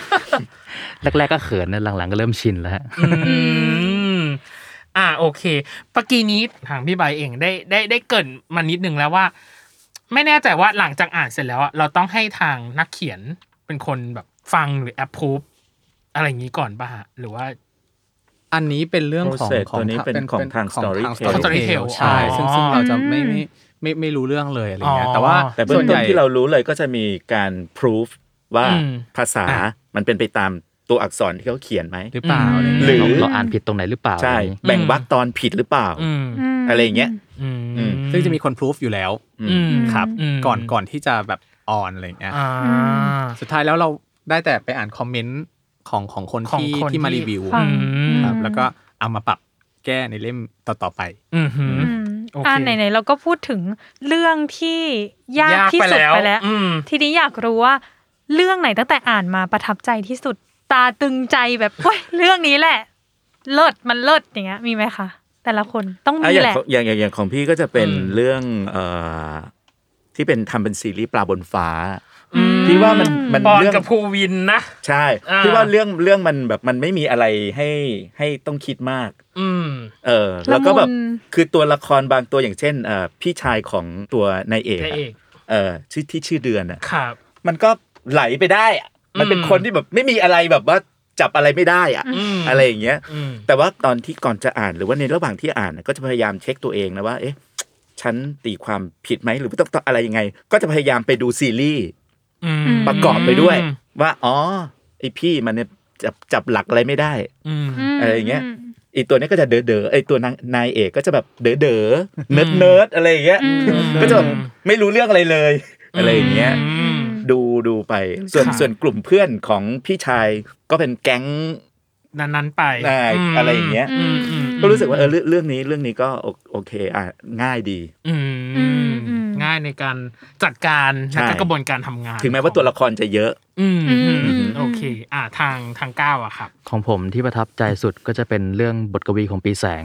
F: แรกๆก็เขินนะหลังๆก็เริ่มชินแล้วฮะ
B: อืมอ่าโอเคปกีนี้ทางพี่ใบเองได้ได้ได้เกรินมานิดนึงแล้วว่า ไม่แน่ใจว่าหลังจากอ่านเสร็จแล้วอะเราต้องให้ทางนักเขียนเป็นคนแบบฟังหรือแอปพูฟอะไรอย่างนี้ก่อนป่ะฮะหรือว่า
E: อันนี้เป็นเรื่องของ
D: Process
E: ของ
D: ตัวนี้เป็นของทาง Storytel
E: ของ Storytel ใช่
B: อ๋อ
E: ซึ่งซึ่งเราจะไม่ไม่ไม่ไม่รู้เรื่องเลยอะไรเงี้ย
B: อ๋อ
E: แต่ว่า
D: แต่เบื้อง
E: ส่วน
D: ต้
E: ให
D: น
E: ญ่
D: ที่เรารู้เลยก็จะมีการ proof ว่า
B: อืม
D: ภาษา
E: อ่ะ
D: มันเป็นไปตามตัวอักษรที่เขาเขียนไหม
E: หรือเปล่าะไเงี้ย
D: หรือ
F: เราอ่านผิดตรงไหนหรือเปล่า
D: ใช่
F: อะไรอย่า
D: แบ่ง
F: งงี้
D: วรรคตอนผิดหรือเปล่า
B: อืม
D: อะไรอย่างเงี้ย
B: อืม
D: อืม
E: ซึ่งจะมีคนพิสูจอยู่แล้ว
B: อืม
E: ครับ
B: อืม
E: ก่อนก่อนที่จะแบบออนอะไรเงี้ย
B: อ่า
E: สุดท้ายแล้วเราได้แต่ไปอ่านคอมเมนต์ของของคน
B: ของ
E: ที่
B: คน
E: ที่มา
B: ที่
E: รีวิว
C: ฟัง
B: ม
E: ครับแล้วก็เอามาปรับแก้ในเล่มต่อ ๆ ไป
B: อืมหืม
C: อืม
B: โอเค
C: อ่าไหนๆเราก็พูดถึงเรื่องที่ยากที่สุดไปแล้ว
B: อืม
C: ทีนี้อยากรู้ว่า เรื่องไหนตั้งแต่อ่านมาประทับใจที่สุดตาตึงใจแบบเว้ยเรื่องนี้แหละ เลิศมันเลิศอย่างเงี้ยมีไหมคะแต่ละคนต้อง
D: อ่ะ
C: มี
D: อย่าง
C: แหละ
D: ของอย่างอย่างอย่างของพี่ก็จะเป็น
B: อืม
D: เรื่องเอ่อที่เป็นทำเป็นซีรีส์ปลาบนฟ้า
B: อืม
D: พี่ว่ามันมัน
B: ปอน
D: เรื่อง
B: กับภูวินนะ
D: ใช่
B: อ่า
D: พี่ว่าเรื่องเรื่องมันแบบมันไม่มีอะไรให้ให้ต้องคิดมาก
B: อืม
D: เออแล้วก็แบบ
C: ละมุน
D: คือตัวละครบางตัวอย่างเช่นเอ่อพี่ชายของตัวนายเอก
B: พระ
D: อะ
B: เอก
D: เออชื่อที่ชื่อเดือนอ่ะ
B: ครับ
D: มันก็ไหลไปได้อะมันเป็น
B: อืม
D: คนที่แบบไม่มีอะไรแบบว่าจับอะไรไม่ได้อะ
B: อืม
D: อะไรอย่างเงี้ย
B: อืม
D: แต่ว่าตอนที่ก่อนจะอ่านหรือว่าในระหว่างที่อ่านน่ะก็จะพยายามเช็คตัวเองนะว่า เอ๊ะ ฉันตีความผิดไหมหรือต้องต้องอะไรยังไง ก็จะพยายามไปดูซีรีส์
B: อืม
D: ประกอบไปด้วย ว่าอ๋อไอพี่มันเนี่ยจับจับหลักอะไรไม่ได้
B: อืม
C: ม
D: อะไรอย่างเงี้ย
C: ม
D: ไอตัวเนี้ยก็จะเด๋อเด๋อๆไอตัวนางนายเอกก็จะแบบเด๋อเด๋อเนิร์ดเนิร์ดอะไรอย่างเงี้ย
C: อืม
D: ก็จะแบบไม่รู้เรื่องอะไรเลย อะไรอย่างเงี้ย
B: อืม
D: ดูดูไปส่วน
B: ค่ะ
D: ส่วนกลุ่มเพื่อนของพี่ชายก็เป็นแก๊ง
B: นั้นนั้นๆไป
D: ได้
B: ม
D: อะไรอย่างเงี้ย
B: อืมอืม
D: ก็รู้สึกว่าเออเรื่องเรื่องนี้เรื่องนี้ก็โอโอเคอ่ะง่ายดี
B: อื
C: อื
B: ม
C: มอืม
B: ง่ายในการจัดการ
D: ใช่
B: และกระบวนการทำงาน
D: ถึงแม้ว่าตัวละครจะเยอะ
B: อืมอืม
C: อืม
B: โอเค อ่าทางทางก้าวอะครับ
F: ของผมที่ประทับใจสุดก็จะเป็นเรื่องบทกวีของปีแสง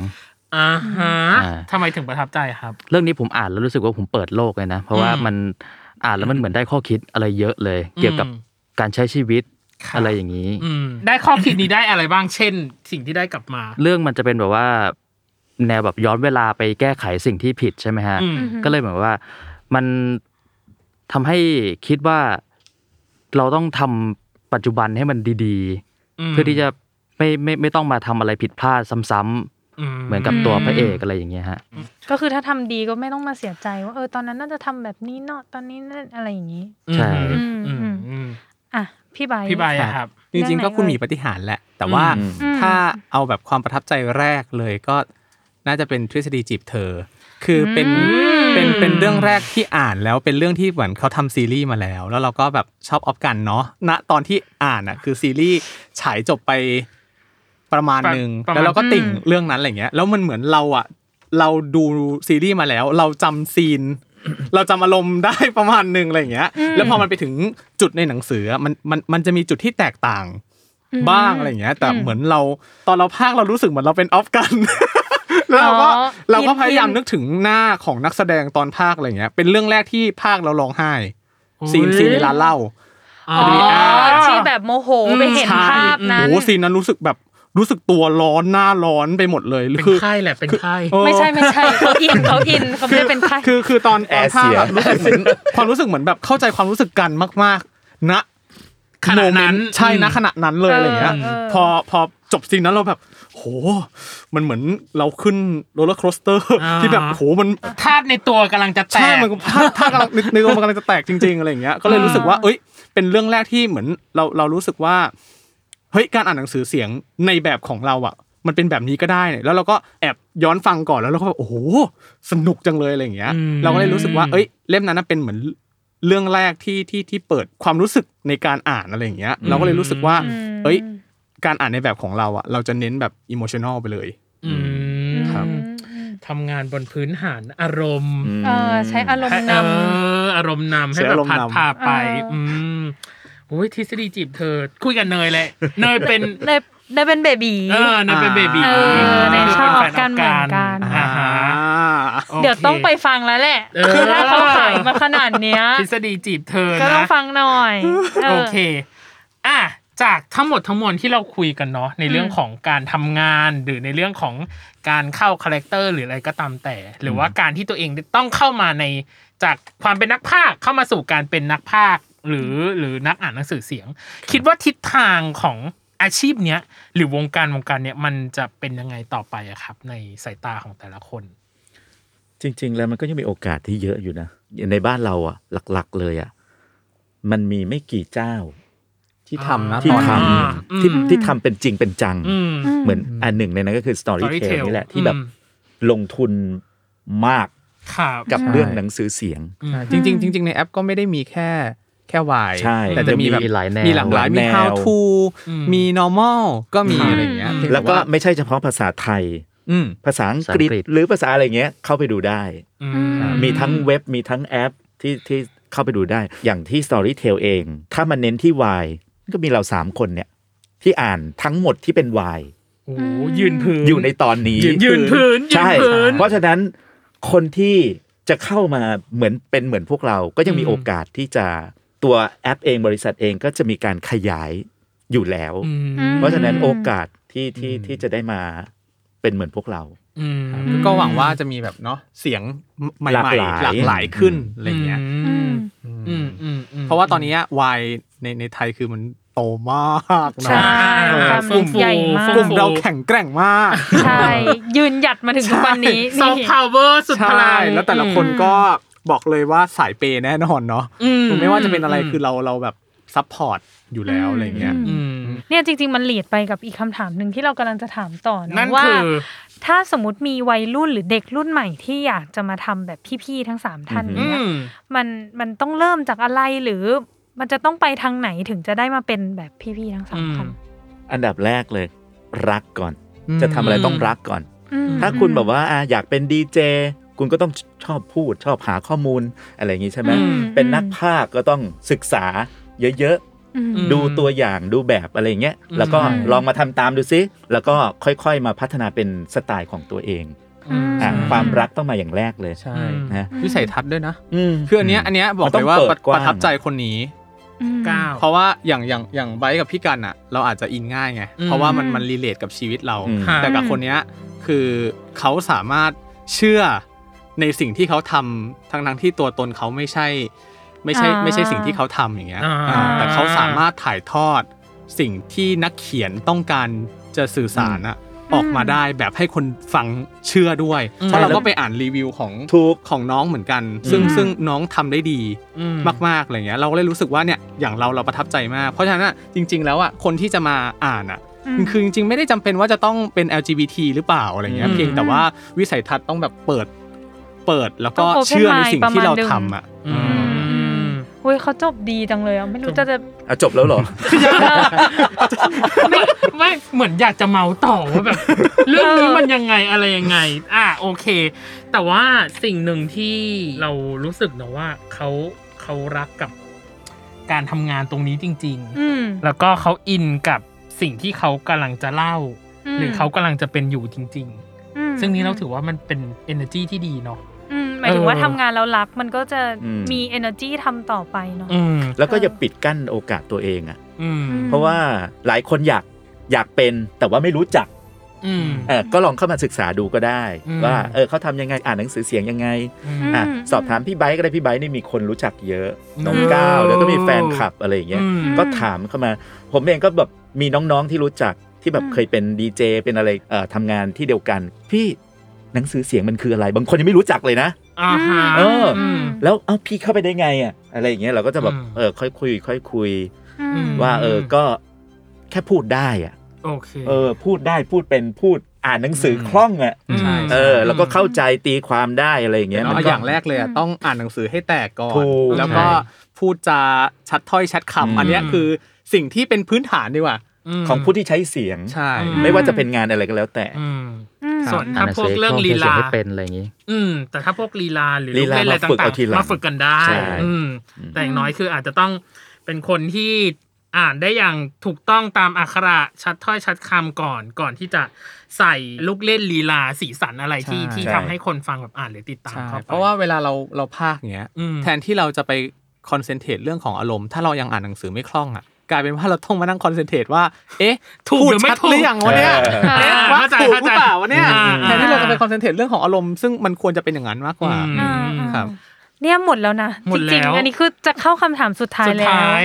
B: อ่าฮะ
F: อ่า
B: ทำไมถึงประทับใจครับ
F: เรื่องนี้ผมอ่านแล้วรู้สึกว่าผมเปิดโลกเลยนะ เพราะว่า
B: อืม
F: มันอ่านแล้วมันเหมือนได้ข้อคิดอะไรเยอะเลย เกี่ยวกับ
B: อืม
F: การใช้ชีวิต
B: ค่ะ
F: อะไรอย่างนี้
B: อืม ได้ข้อคิดนี้ได้อะไรบ้าง เช่น สิ่งที่ได้กลับมา
F: เรื่องมันจะเป็นแบบว่า แนวแบบย้อนเวลาไปแก้ไขสิ่งที่ผิดใช่ไหมฮะ
B: อืม
F: ก็เลยเหมือนว่ามันทำให้คิดว่าเราต้องทำปัจจุบันให้มันดี
B: อืม
F: ๆ เพื่อที่จะไม่ไม่ไม่ต้องมาทำอะไรผิดพลาดซ้ำๆเหมือนกับตัวพระเอกอะไรอย่างเงี้ยฮะ
C: ก็คือถ้าทำดีก็ไม่ต้องมาเสียใจว่าเออตอนนั้นน่าจะทำแบบนี้เนาะตอนนี้นั่นอะไรอย่างงี้
B: อืม
F: ใช่
B: อืมอืมอืม
C: อ่ะพี่ใบร์ท
B: พี่ใบอะครับ
E: จริงๆ ก็คุณหมีปฏิหารแหละ แต่ว่า
D: อืม
E: ถ้าเอาแบบความประทับใจแรกเลยก็น่าจะเป็นทฤษฎีจีบเธอ คือเป็น
C: ม
E: เป็นเป็นเรื่องแรกที่อ่านแล้วเป็นเรื่องที่เหมือนเขาทำซีรีส์มาแล้ว แล้วเราก็แบบชอบออฟกันเนาะณตอนที่อ่านอ่ะคือซีรีส์ฉายจบไปประมาณหนึ่ง
B: ประมาณ
E: แล้วเราก็ติ่งเรื่องนั้นอะไรเงี้ยแล้วมันเหมือนเราอ่ะเราดูซีรีส์มาแล้ว เราจำซีน เราจำอารมณ์ได้ประมาณหนึ่งอะไรอย่างเงี้ย แล้วพอมันไปถึงจุดในหนังสืออะมันมันมันจะมีจุดที่แตกต่าง บ้างอะไรอย่างเงี้ย แต่เหมือนเราตอนเราพากย์เรารู้สึกเหมือนเราเป็นออฟกัน แล้วเราก็
C: อ๋อ
E: เราก็
C: อิน
E: พยายาม
C: อิน
E: นึกถึงหน้าของนักแสดงตอนพากย์อะไรอย่างเงี้ย เป็นเรื่องแรกที่พากย์เราร้องไห้ซีนซีนในร้านเหล้า
C: อ๋อที่แบบโมโหไปเห็น
E: ใช่
C: ภาพนั้น
E: โอ้โหซีนนั้นรู้สึกแบบ รู้สึกตัวร้อนหน้าร้อนไปหมดเลย
B: เป็น
E: คือ
B: ไข้แหละเป็นไข้
E: เออ
C: ไม่ใช่ไม่ใช่เขาอินเขาอินเขาไม่ได้เป็นใคร
E: คือคือตอนต
D: แอ
E: อน
D: ร์
E: ภา
D: เสี
E: พ
D: ย
E: แบบรู้สึกเหมือน ความรู้สึกเหมือนแบบเข้าใจความรู้สึกกันมากๆณ
B: ขณะนั้น
E: โมเมต์ใช่นะขณะนั้นเลยอะไรอย่างเงี้ย
C: เออเออ
E: พอพอจบซีนนั้นเราแบบ โห มันเหมือนเราขึ้นโรลเลอร์โคสเตอร์
B: อ่า
E: ที่แบบโหมัน
B: ธาตุในตัวกำลังจะแต
E: ใช่
B: ก
E: มันท่าท่ากำลังในตัวมันกำลังจะแตกจริง ๆอะไรอย่างเงี้ยก็เลยรู้สึกว่า เอ้ย เป็นเรื่องแรกที่เหมือนเราเรารู้สึกว่าเฮ้ยการอ่านหนังสือเสียงในแบบของเราอ่ะ มันเป็นแบบนี้ก็ได้เนี่ยแล้วเราก็แอบย้อนฟังก่อนแล้วเราก็แบบโอ้โหสนุกจังเลยอะไรอย่างเงี้ย
B: อืม
E: เราก็เลยรู้สึกว่า เอ้ย เล่มนั้นนะเป็นเหมือนเรื่องแรกที่ที่ที่เปิดความรู้สึกในการอ่านอะไรอย่างเงี้ย เราก็เลยรู้สึกว่า
C: อืม
E: เอ้ย การอ่านในแบบของเราอ่ะ เราจะเน้นแบบอิ o มชัน a ลไปเลย
B: อืม
E: ครับ
B: ทำงานบนพื้นฐานอารมณ์
C: เออใช้อารม
B: ให้
C: ณ์น
B: เอออารมณ์นำให้
E: ใช้
B: แบ
E: อา
B: บ
E: รมณ์
B: พัด
E: นำ
B: พาไป
C: เอออื
B: อืมโอ้ยทฤษฎีจีบเธอ คุยกับเนย เลย เนยเป็น
C: ำเลยได้เป็นเบบี
B: เออเนยเป็นเบบี
C: เอ
E: อเนย
B: คื
C: ชอบ
B: ป็แฟ
C: กันเหมือนกัน
B: อ่าฮะโค
C: เดี๋ยวต้องไปฟังแล้วแหละ
B: เออ
C: คือถ้าเขาขายมาขนาดเนี้ย
B: ทฤษฎีจีบเธอ
C: ก็
B: นะ
C: ต้องฟังหน่อย
B: โอเค อ่ะ จากทั้งหมดทั้งมวลที่เราคุยกันเนาะในเรื่องของการทำงาน หรือในเรื่องของการเข้าคาแรคเตอร์หรืออะไรก็ตามแต่ หรือว่าการที่ตัวเองต้องเข้ามาในจากความเป็นนักพากย์เข้ามาสู่การเป็นนักพากย์หรือหรือนักอ่านหนังสือเสียง คิดว่าทิศทางของอาชีพเนี้ยหรือวงการวงการเนี้ยมันจะเป็นยังไงต่อไปอะครับ ในสายตาของแต่ละคน
D: จริง ๆ แล้วมันก็ยังมีโอกาสที่เยอะอยู่นะ ในบ้านเราอ่ะ หลัก ๆ เลยอ่ะ มันมีไม่กี่เจ้า
E: ที่ทำนะ
D: ที่
E: ตอน
D: ท
E: นี้
D: ำที่ที่ทำเป็นจริงเป็นจัง
B: อืม
D: เหมือนอันหนึ่งในนั้นก็คือ Storytel
B: Storytel
D: นี่แหละที่แบบ
B: อืม
D: ลงทุนมาก
B: ครับ
D: กับ
E: ใช่
D: เรื่องหนังสือเสียง
E: จริงๆจริงๆในแอปก็ไม่ได้มีแค่แค่วาย
D: ใช่
E: แต่จะมีแบบ
F: มีหลายแนว
E: มีหลากหลายมี
D: หลายแนว
E: how to
B: อืม
E: มี normal ก็มี
B: ครับ
E: อะไรอย่างเงี้ยเพียงต่
D: แล้วก็
E: า
D: ไม่ใช่เฉพาะภาษาไทย
E: อืม
D: ภาษาอังกฤษ
F: ภาษาอังกฤษ
D: หรือภาษาอะไรเงี้ยเข้าไปดูได้
B: อื
D: มีทั้งเว็บมีทั้งแอปที่ที่เข้าไปดูได้ อย่างที่ Storytel เอง ถ้ามันเน้นที่วายก็มีเราสามคนเนี่ย ที่อ่านทั้งหมดที่เป็นวาย
B: โอ้โหยืนพื้น
D: อยู่ในตอนนี้
B: ยืนพื้นยืน
D: ใช่
B: พื้น
D: เพราะฉะนั้นคนที่จะเข้ามาเหมือนเป็นเหมือนพวกเรา ก็ยังมี
B: อืม
D: โอกาสที่จะตัวแอปเองบริษัทเองก็จะมีการขยายอยู่แล้ว
B: อืม
D: เพราะฉะนั้นโอกาสที่ที่ที่จะได้มาเป็นเหมือนพวกเรา
B: อืม
E: ก็หวังว่าจะมีแบบเนาะเสียงใหม่
D: หลากหลาย
E: ๆหลากหลายขึ้นอะไรอย่างเงี้ย
C: อืม
B: อืมอืมอืม
E: เพราะว่าตอนเนี้ยวายในในไทยคือมันโตมากเน
C: ใช่
E: อะ
B: อ่า
C: ความ
B: ฟูฟู
C: ใหญ่มาก
E: กลุ่มเราแข็งแกร่งมาก
C: ใช่ยืนหยัดมาถึงทุกวันนี้
B: ซอฟ
C: นี่
B: ต์พาวเวอร์สุดพ
E: ใช่
B: ลัง
E: แล้วแต่ละคนก็บอกเลยว่าสายเปย์แน่นอนเนาะ
B: อืม
E: ไม่ว่าจะเป็นอะไรคือเราเราแบบซัพพอร์ตอยู่แล้วอะไรอย่างเงี้ย
B: อืม
C: เนี่ยจริง ๆ มันหลีดไปกับอีกคำถามหนึ่งที่เรากำลังจะถามต่อ
B: นั่
C: นะ
B: น
C: ว่า
B: คือ
C: ถ้าสมมติมีวัยรุ่นหรือเด็กรุ่นใหม่ที่อยากจะมาทำแบบพี่ๆทั้งสามท่าน
B: อื
C: เนี่ย
B: ม
C: มันมันต้องเริ่มจากอะไรหรือมันจะต้องไปทางไหนถึงจะได้มาเป็นแบบพี่ๆทั้งสามท่าน
B: อืม
D: อันดับแรกเลย รักก่อน จะทำอะไรต้องรักก่อน
C: อืม
D: ถ้าคุณแบบว่าอ่ะอยากเป็นดีเจคุณก็ต้องชอบพูด ชอบหาข้อมูลอะไรอย่างงี้ใช่ไหม
B: อืม
D: เป็นนักภาคก็ต้องศึกษาเยอะ
C: อืม
B: อืม
D: ๆ ดูตัวอย่างดูแบบอะไรอย่างเงี้ยแล้วก็
C: อืม
D: ลองมาทำตามดูซิ แล้วก็ค่อยๆมาพัฒนาเป็นสไตล์ของตัวเอง
C: อืม
D: อ่ะ
B: อืม
D: ความรักต้องมาอย่างแรกเลย
E: ใช่
D: นะ
E: วิสัยทัศน์ด้วยนะ
D: อืม
E: คืออันเนี้ยอันเนี้ยบอก
D: มันต้
E: เล
D: อง
E: ยว่า
D: เปิ
E: ป
D: ดกว้าง
E: ระทับใจคนนี้
C: อืม
B: ก้าว
E: เพราะว่าอย่างอย่างอย่างไบร์ทกับพี่กันอ่ะ เราอาจจะอินง่ายไง
B: อืม
E: เพราะว่ามันมันรีเลทกับชีวิตเรา
D: อืม
B: ค่ะ
E: แต่กับคนเนี้ยคือเขาสามารถเชื่อในสิ่งที่เขาทำทั้งทั้งที่ตัวตนเขาไม่ใช่ ไม่ใช่
C: อ่า
E: ไม่ใช่สิ่งที่เขาทำอย่างเงี้ย
B: อ่า
E: อ่าแต่เขาสามารถถ่ายทอดสิ่งที่นักเขียนต้องการจะสื่อสารอะ
C: อืม
E: ออกมาได้แบบให้คนฟังเชื่อด้วยเพราะเราก็ไปอ่านรีวิวของ
D: ถูก
E: ของน้องเหมือนกัน ซึ่ง
C: อืม
E: ซึ่งน้องทำได้ดี
B: อืม
E: มากๆอะไรเงี้ยเราก็เลยรู้สึกว่าเนี่ยอย่างเราเราประทับใจมาก เพราะฉะนั้นอะจริง ๆ แล้วอ่ะคนที่จะมาอ่านอ่ะ
C: อืม
E: คือจริงๆ ไม่ได้จำเป็นว่าจะต้องเป็น LGBT หรือเปล่าอะไรเงี้ย
B: อืม
E: เพียงแต่ว่าวิสัยทัศน์ต้องแบบเปิดเปิดแล้วก็
C: ต้อง open
E: เชื่อในสิ่งที่เรา
C: mind ประ
E: ทำ
C: มาณหนึ่ง
E: อ่ะ
B: อื
C: อื
B: ม
C: มเฮ้ยเขาจบดีจังเลยอ่ะไม่รู้จะจะ
D: อ่ะจบแล้วเหรอ
B: ไม่ไม่เหมือนอยากจะเมาต่อว่าแบบ เรื่องนี้มันยังไงอะไรยังไง อ่ะโอเค แต่ว่าสิ่งหนึ่งที่เรารู้สึกนะว่าเขาเขารักกับการทำงานตรงนี้จริง
C: อืม
B: ๆ แล้วก็เขาอินกับสิ่งที่เขากำลังจะเล่า หรือเขากำลังจะเป็นอยู่จริง
C: อืม
B: ๆ ซึ่งนี่เราถือว่ามันเป็น energy ที่ดีเนาะ
C: อืมหมายถึงว่าทำงานแล้วรักมันก็จะ
D: อืม
C: มี energy ทำต่อไปเนาะ
B: อืม
D: แล้วก็อย่าปิดกั้นโอกาสตัวเองอ่ะ
B: อืม
C: อืม
D: เพราะว่าหลายคนอยาก อยากเป็นแต่ว่าไม่รู้จัก
B: อืม
D: เออก็ลองเข้ามาศึกษาดูก็ได้
B: อืม
D: ว่าเออเขาทำยังไงอ่านหนังสือเสียงยังไง
B: อืม
D: อ่ะ
C: อืม
D: สอบถามพี่ไบค์ก็ได้พี่ไบค์นี่มีคนรู้จักเยอะน้อง
B: อืม
D: ก้าวแล้วก็มีแฟนคลับอะไรอย่างเงี้ย
B: อืม
D: ก็ถามเข้ามา ผมเองก็แบบมีน้องๆที่รู้จักที่แบบ
C: อืม
D: เคยเป็นดีเจเป็นอะไรเอ่อทำงานที่เดียวกัน พี่หนังสือเสียงมันคืออะไร บางคนยังไม่รู้จักเลยนะ
B: อ่าฮะ
D: เออ
C: ม
D: แล้วเอ้าพี่เข้าไปได้ไงอ่ะอะไรอย่างเงี้ยเราก็จะแบบ
B: อืม
D: เออค่อยคุย ค่อยคุย
C: อืม
D: ว่าเออก็แค่พูดได้อ่ะ
B: โอเค
D: เออ พูดได้พูดเป็นพูดอ่านหนังสือคล่องอ่ะ
E: อืมใช่
D: เออแล้วก็เข้าใจตีความได้อะไรอย่างเงี้ย
E: เนาะ
D: มัน
E: อย่างแรกเลยอะ
C: อืม
E: ต้องอ่านหนังสือให้แตกก่อ
D: ถู
E: น
D: ก
E: แล้วก็
D: ใช่
E: พูดจาชัดถ้อยชัดคำ
D: อืม
E: อันเนี้ยคือสิ่งที่เป็นพื้นฐานดีกว่า
B: ม
D: ของผู้ที่ใช้เสียง
E: ใช่
C: อืม
D: ไม่ว่าจะเป็นงานอะไรก็แล้วแต่
B: อืม
C: อืม
B: ส่วน
F: อ่า
B: ถ้าน
F: หนัง
B: พวก
F: สือ
B: เรื่อง
F: คล่
B: ลี
F: เขียนเสีย
B: ลา
F: งให้เป็นอะไรอย่างนี้
B: อืมแต่ถ้าพวกลีลาหรือ
D: ลี
B: ลูก
D: ลา
B: เล่นอะไร
D: มาฝึกเอา
B: ต่าง
D: ทีห
B: ๆ
D: ลัง
B: มาฝึกกันได้
D: ใช่
B: อืมแต่อย่างน้อยคืออาจจะต้องเป็นคนที่อ่านได้อย่างถูกต้องตามอักขระชัดถ้อยชัดคำก่อนก่อนที่จะใส่ลูกเล่นลีลาสีสันอะไรที่
E: ใช่
B: ที่ทำให้คนฟังแบบอ่านหรือติดตาม
E: ใช่
B: เข้าไป
E: เพราะว่าเวลาเราเราพากย์เงี้ย
B: อืม
E: แทนที่เราจะไปคอนเซนเทรตเรื่องของอารมณ์ ถ้าเรายังอ่านหนังสือไม่คล่องอ่ะกลายเป็นว่าเราต้องมานั่งคอนเซนเทรตว่า เอ๊ะ
B: ถูก
E: พู
B: ห
E: ด
B: รือไม่
E: ชัด
B: ถู
E: หรื
B: ก
E: อยังวะเนี่ย
D: เออ
E: เอ๊ะ
B: อ่า
E: ว่า
B: เข้าใจ
E: ถูกหรือเปล่าวะเนี่ย
B: เข้าใจ
E: แทนที่เราจะไป
B: อ่า
E: คอนเซนเทรตเรื่องของอารมณ์ซึ่งมันควรจะเป็นอย่างนั้นมากกว่า
B: อืม
C: อ่า
E: ครับ
C: เนี่ยหมดแล้วนะ
B: หม
C: จ
B: ดแล้ว
C: ริงๆอันนี้คือจะเข้าคำถามสุดท้าย
B: สุด
C: แล้ว
B: ท้าย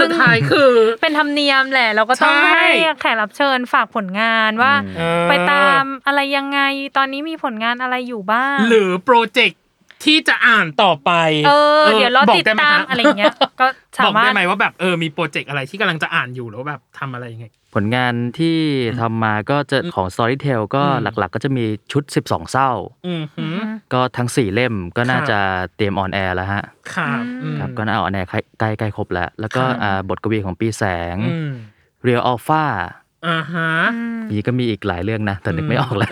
B: สุดท้ายคือ
C: เป็นธรรมเนียมแหละ เราก็ต้อง
B: ใช่
C: ให้แขกรับเชิญฝากผลงานว่า
B: เออ
C: ไปตามอะไรยังไงตอนนี้มีผลงานอะไรอยู่บ้าง
B: หรือโปรเจกต์ที่จะอ่านต่อไป
C: เออ เดี๋ยวเรา
B: บก
C: ติด
B: ไห
C: ตาม
B: ค
C: อะไรอย่างเงี้ย ก็สา
B: บอก
C: มาร
B: ได้
C: ถ
B: ไหมว่าแบบเออมีโปรเจกต์อะไรที่กำลังจะอ่านอยู่หรือว่าแบบทำอะไรยังไง
F: ผลงานที่ทำมาก็จะของ Storytel ก็
B: อืม
F: หลักๆ ก็จะมีชุด 12 เศร้า
B: อืมหือ
F: ก็ทั้ง 4 เล่มก็น่า
B: ครับ
F: จะเตรียมออนแอร์แล้วฮะ
B: ครับ
C: อืม
F: ครับ
B: อืม
F: ก็น่าออนแอร์ใกล้ใกล้ใกล้ครบแล้ว แล้วก็
B: ครับ
F: อ่าบทกวีของปีแสง
B: อืม
F: เรียลอัลฟา
B: อ่าฮะ
F: นี่ก็มีอีกหลายเรื่องนะ แต่นึกไม่ออก แล้ว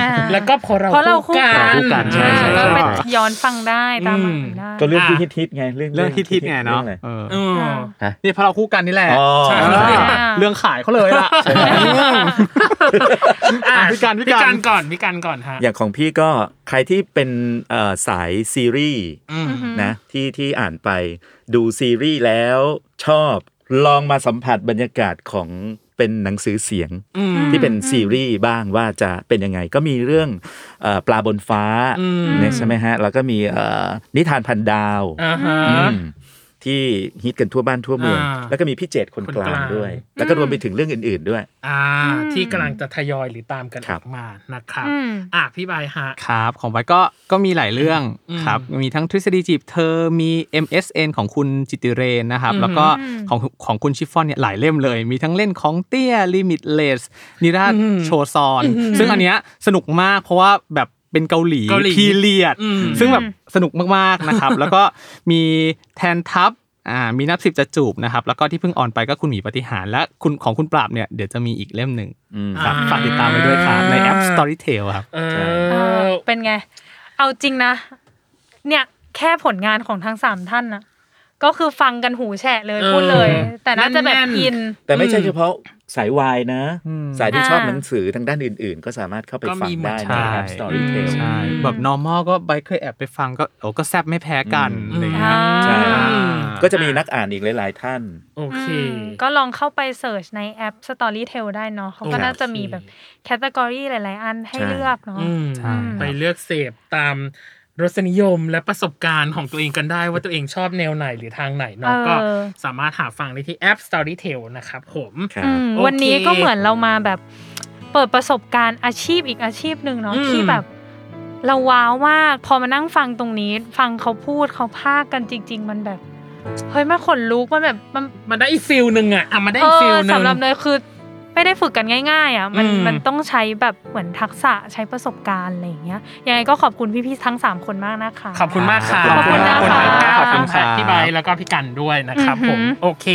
C: อ่า
B: แล้วก็พอเรา
C: เพราะเราคู่
B: กัน
C: กัน
F: คู่กันใช่ใช่
C: อ่า
F: ใช่
C: ไปย้อนฟังได้ตามอ่านได้
D: ก็เรื่องที่
B: อ่ะ
D: ฮิตๆไงเรื่อง
E: เรื่องที่ทิศเนี่ย
D: รื่อ
E: เนาะ
D: งอะไร
E: เออ
B: อืม
E: นี่เพราะเราคู่กันนี่แหละ
D: อ๋อ
B: ใช่
E: เออเรื่องขายเขาเลยล่ะ
B: อ่ะ
E: อ่ะพี่การพี่
B: พี่
E: กา
B: กา
E: ร
B: รก่อนพี่การก่อนฮะ
D: อย่างของพี่ก็ใครที่เป็นเอ่อสายซีรีส์
B: อืม
D: นะที่ที่อ่านไปดูซีรีส์แล้วชอบลองมาสัมผัสบรรยากาศของเป็นหนังสือเสียง
B: อืม
D: ที่เป็นซีรีส์บ้างว่าจะเป็นยังไง ก็มีเรื่องเอ่อปลาบนฟ้า
B: อืม
D: เนี่ยใช่ไหมฮะ แล้วก็มีเอ่อนิทานพันดาว
B: อ่าฮะ
D: อืมที่ฮิตกันทั่วบ้านทั่วเมือง
B: อ่า
D: แล้วก็มีพี่เจตคน
B: คน
D: ก
B: กลา
D: ลาง งด้วย แล้วก็รวมไปถึงเรื่องอื่น ๆด้วย
B: อ่า ที่กำลังจะทยอยหรือตามกันอ
D: ครับ
B: อกมานะครับ
C: อืม
B: อ่ะพี่บายฮะ
E: ครับ ของไว้ก็ก็มีหลายเรื่อง
B: อืม
E: ครับ มีทั้งทฤษฎีจีบเธอมี MSN ของคุณจิติเรนนะครับ
B: อืม
E: แล้วก็ของของคุณชิฟฟอนเนี่ยหลายเล่มเลย มีทั้งเล่นของเตี้ย Limitless นิราชโชซอน ซึ่งอันเนี้ยสนุกมากเพราะว่าแบบเป็นเกาหลี
B: เกาหลี
E: พีเรียด
B: อืม
E: ซึ่งแบบสนุกมากๆนะครับ แล้วก็มีแทนทัพอ่ามีนับสิบจะจูบนะครับ แล้วก็ที่เพิ่งออนไปก็คุณหมีปฏิหารย์และคุณของคุณปราบเนี่ยเดี๋ยวจะมีอีกเล่มหนึ่ง
D: อืม
E: ครับฝากติดตามไปด้วยครับในแอป Storytel ครับ
B: เอ
C: อ่
B: อ
C: าเป็นไง เอาจริงนะ เนี่ยแค่ผลงานของทั้งสามท่านนะก็คือฟังกันหูแฉะเลย
B: เออ
C: พูดเลย แต่น่าจะแบบ
B: แน่นๆ
C: อิน
D: แต่ไม่ใช่
B: อืม
D: เฉพาะสายวายนะ
E: อืม
D: สายที่
C: อ่า
D: ชอบหนังสือทางด้านอื่น ๆ ก็สามารถเข้าไปฟังได้
B: ก็มีหมด
D: ในแอป
E: ใช่
D: Storytel
E: ใช่ แบบ normal ก็ไบเคยแอบไปฟังก็โอ้ก็แซบไม่แพ้กัน
B: อืม
E: อะไรอย่างเงี้ย
D: ใช่ ก็
E: ก็
D: จะมีนักอ่านอีกหลาย ๆ ท่าน
B: โอ
C: อื
B: เค
C: มก็ลองเข้าไปเสิร์ชในแอป Storytel ได้เนาะเขาก็
B: โอเค
C: น่าจะมีแบบแคตตากรีหลาย ๆ อันให้
D: ใช่
C: เลือกเนาะ
B: อืม
E: ใช่
B: ไปเลือกเสพตามรสนิยมและประสบการณ์ของตัวเองกันได้ว่าตัวเองชอบแนวไหนหรือทางไหนเนาะ
C: เออ
B: ก็สามารถหาฟังได้ที่แอป Storytel นะครับผม
D: ครั
C: อื
D: บ
C: ม
B: โอเค
C: วันนี้ก็เหมือนเรามาแบบเปิดประสบการณ์อาชีพอีกอาชีพหนึ่งเนาะ
B: อืม
C: ที่แบบ เราว้าวมากพอมานั่งฟังตรงนี้ ฟังเขาพูดเขาพาคกันจริง ๆ มันแบบเฮ้ยมันขนลุกมันแบบมัน
B: มันได้อีกฟิลหนึ่งอะอ่ะมันได้
C: เอ
B: อีกฟิล
C: อ
B: หนึ่ง
C: สำหรับเนยคือไม่ได้ฝึกกันง่าย ๆ อ่ะ มัน
B: อืม
C: มันต้องใช้แบบเหมือนทักษะใช้ประสบการณ์อะไรอย่างเงี้ยยังไงก็ขอบคุณพี่ๆทั้งสามคนมากนะคะ
B: ขอบคุณมากค่ะ
C: ขอบคุณนะ
B: ขอบคุณ
C: คะ
B: ขอบคุณ
E: รั
B: ค่ะพี่ใบร์ทแล้วก็พี่กันด้วยนะครับผม
C: อือหือ
B: โอเค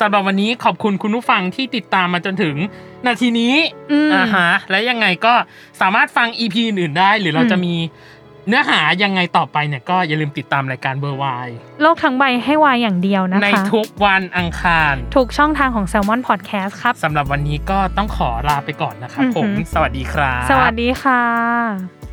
B: สำหรับวันนี้ขอบคุณคุณผู้ฟังที่ติดตามมาจนถึงนาทีนี้
C: อืม
B: อ่าฮะและยังไงก็สามารถฟัง EP อื่นๆได้ หรือเรา
C: อืม
B: จะมีเนื้อหายังไงต่อไปเนี่ยก็อย่าลืมติดตามรายการเบอร์วาย
C: โลกทั้งใบให้วายอย่างเดียวนะคะ
B: ในทุกวันอังคาร
C: ถูกช่องทางของ Salmon Podcast ครับ
B: สำหรับวันนี้ก็ต้องขอลาไปก่อนนะครับผม
C: อือหือ
B: สวัสดีครับ
C: สวัสดีค่ะ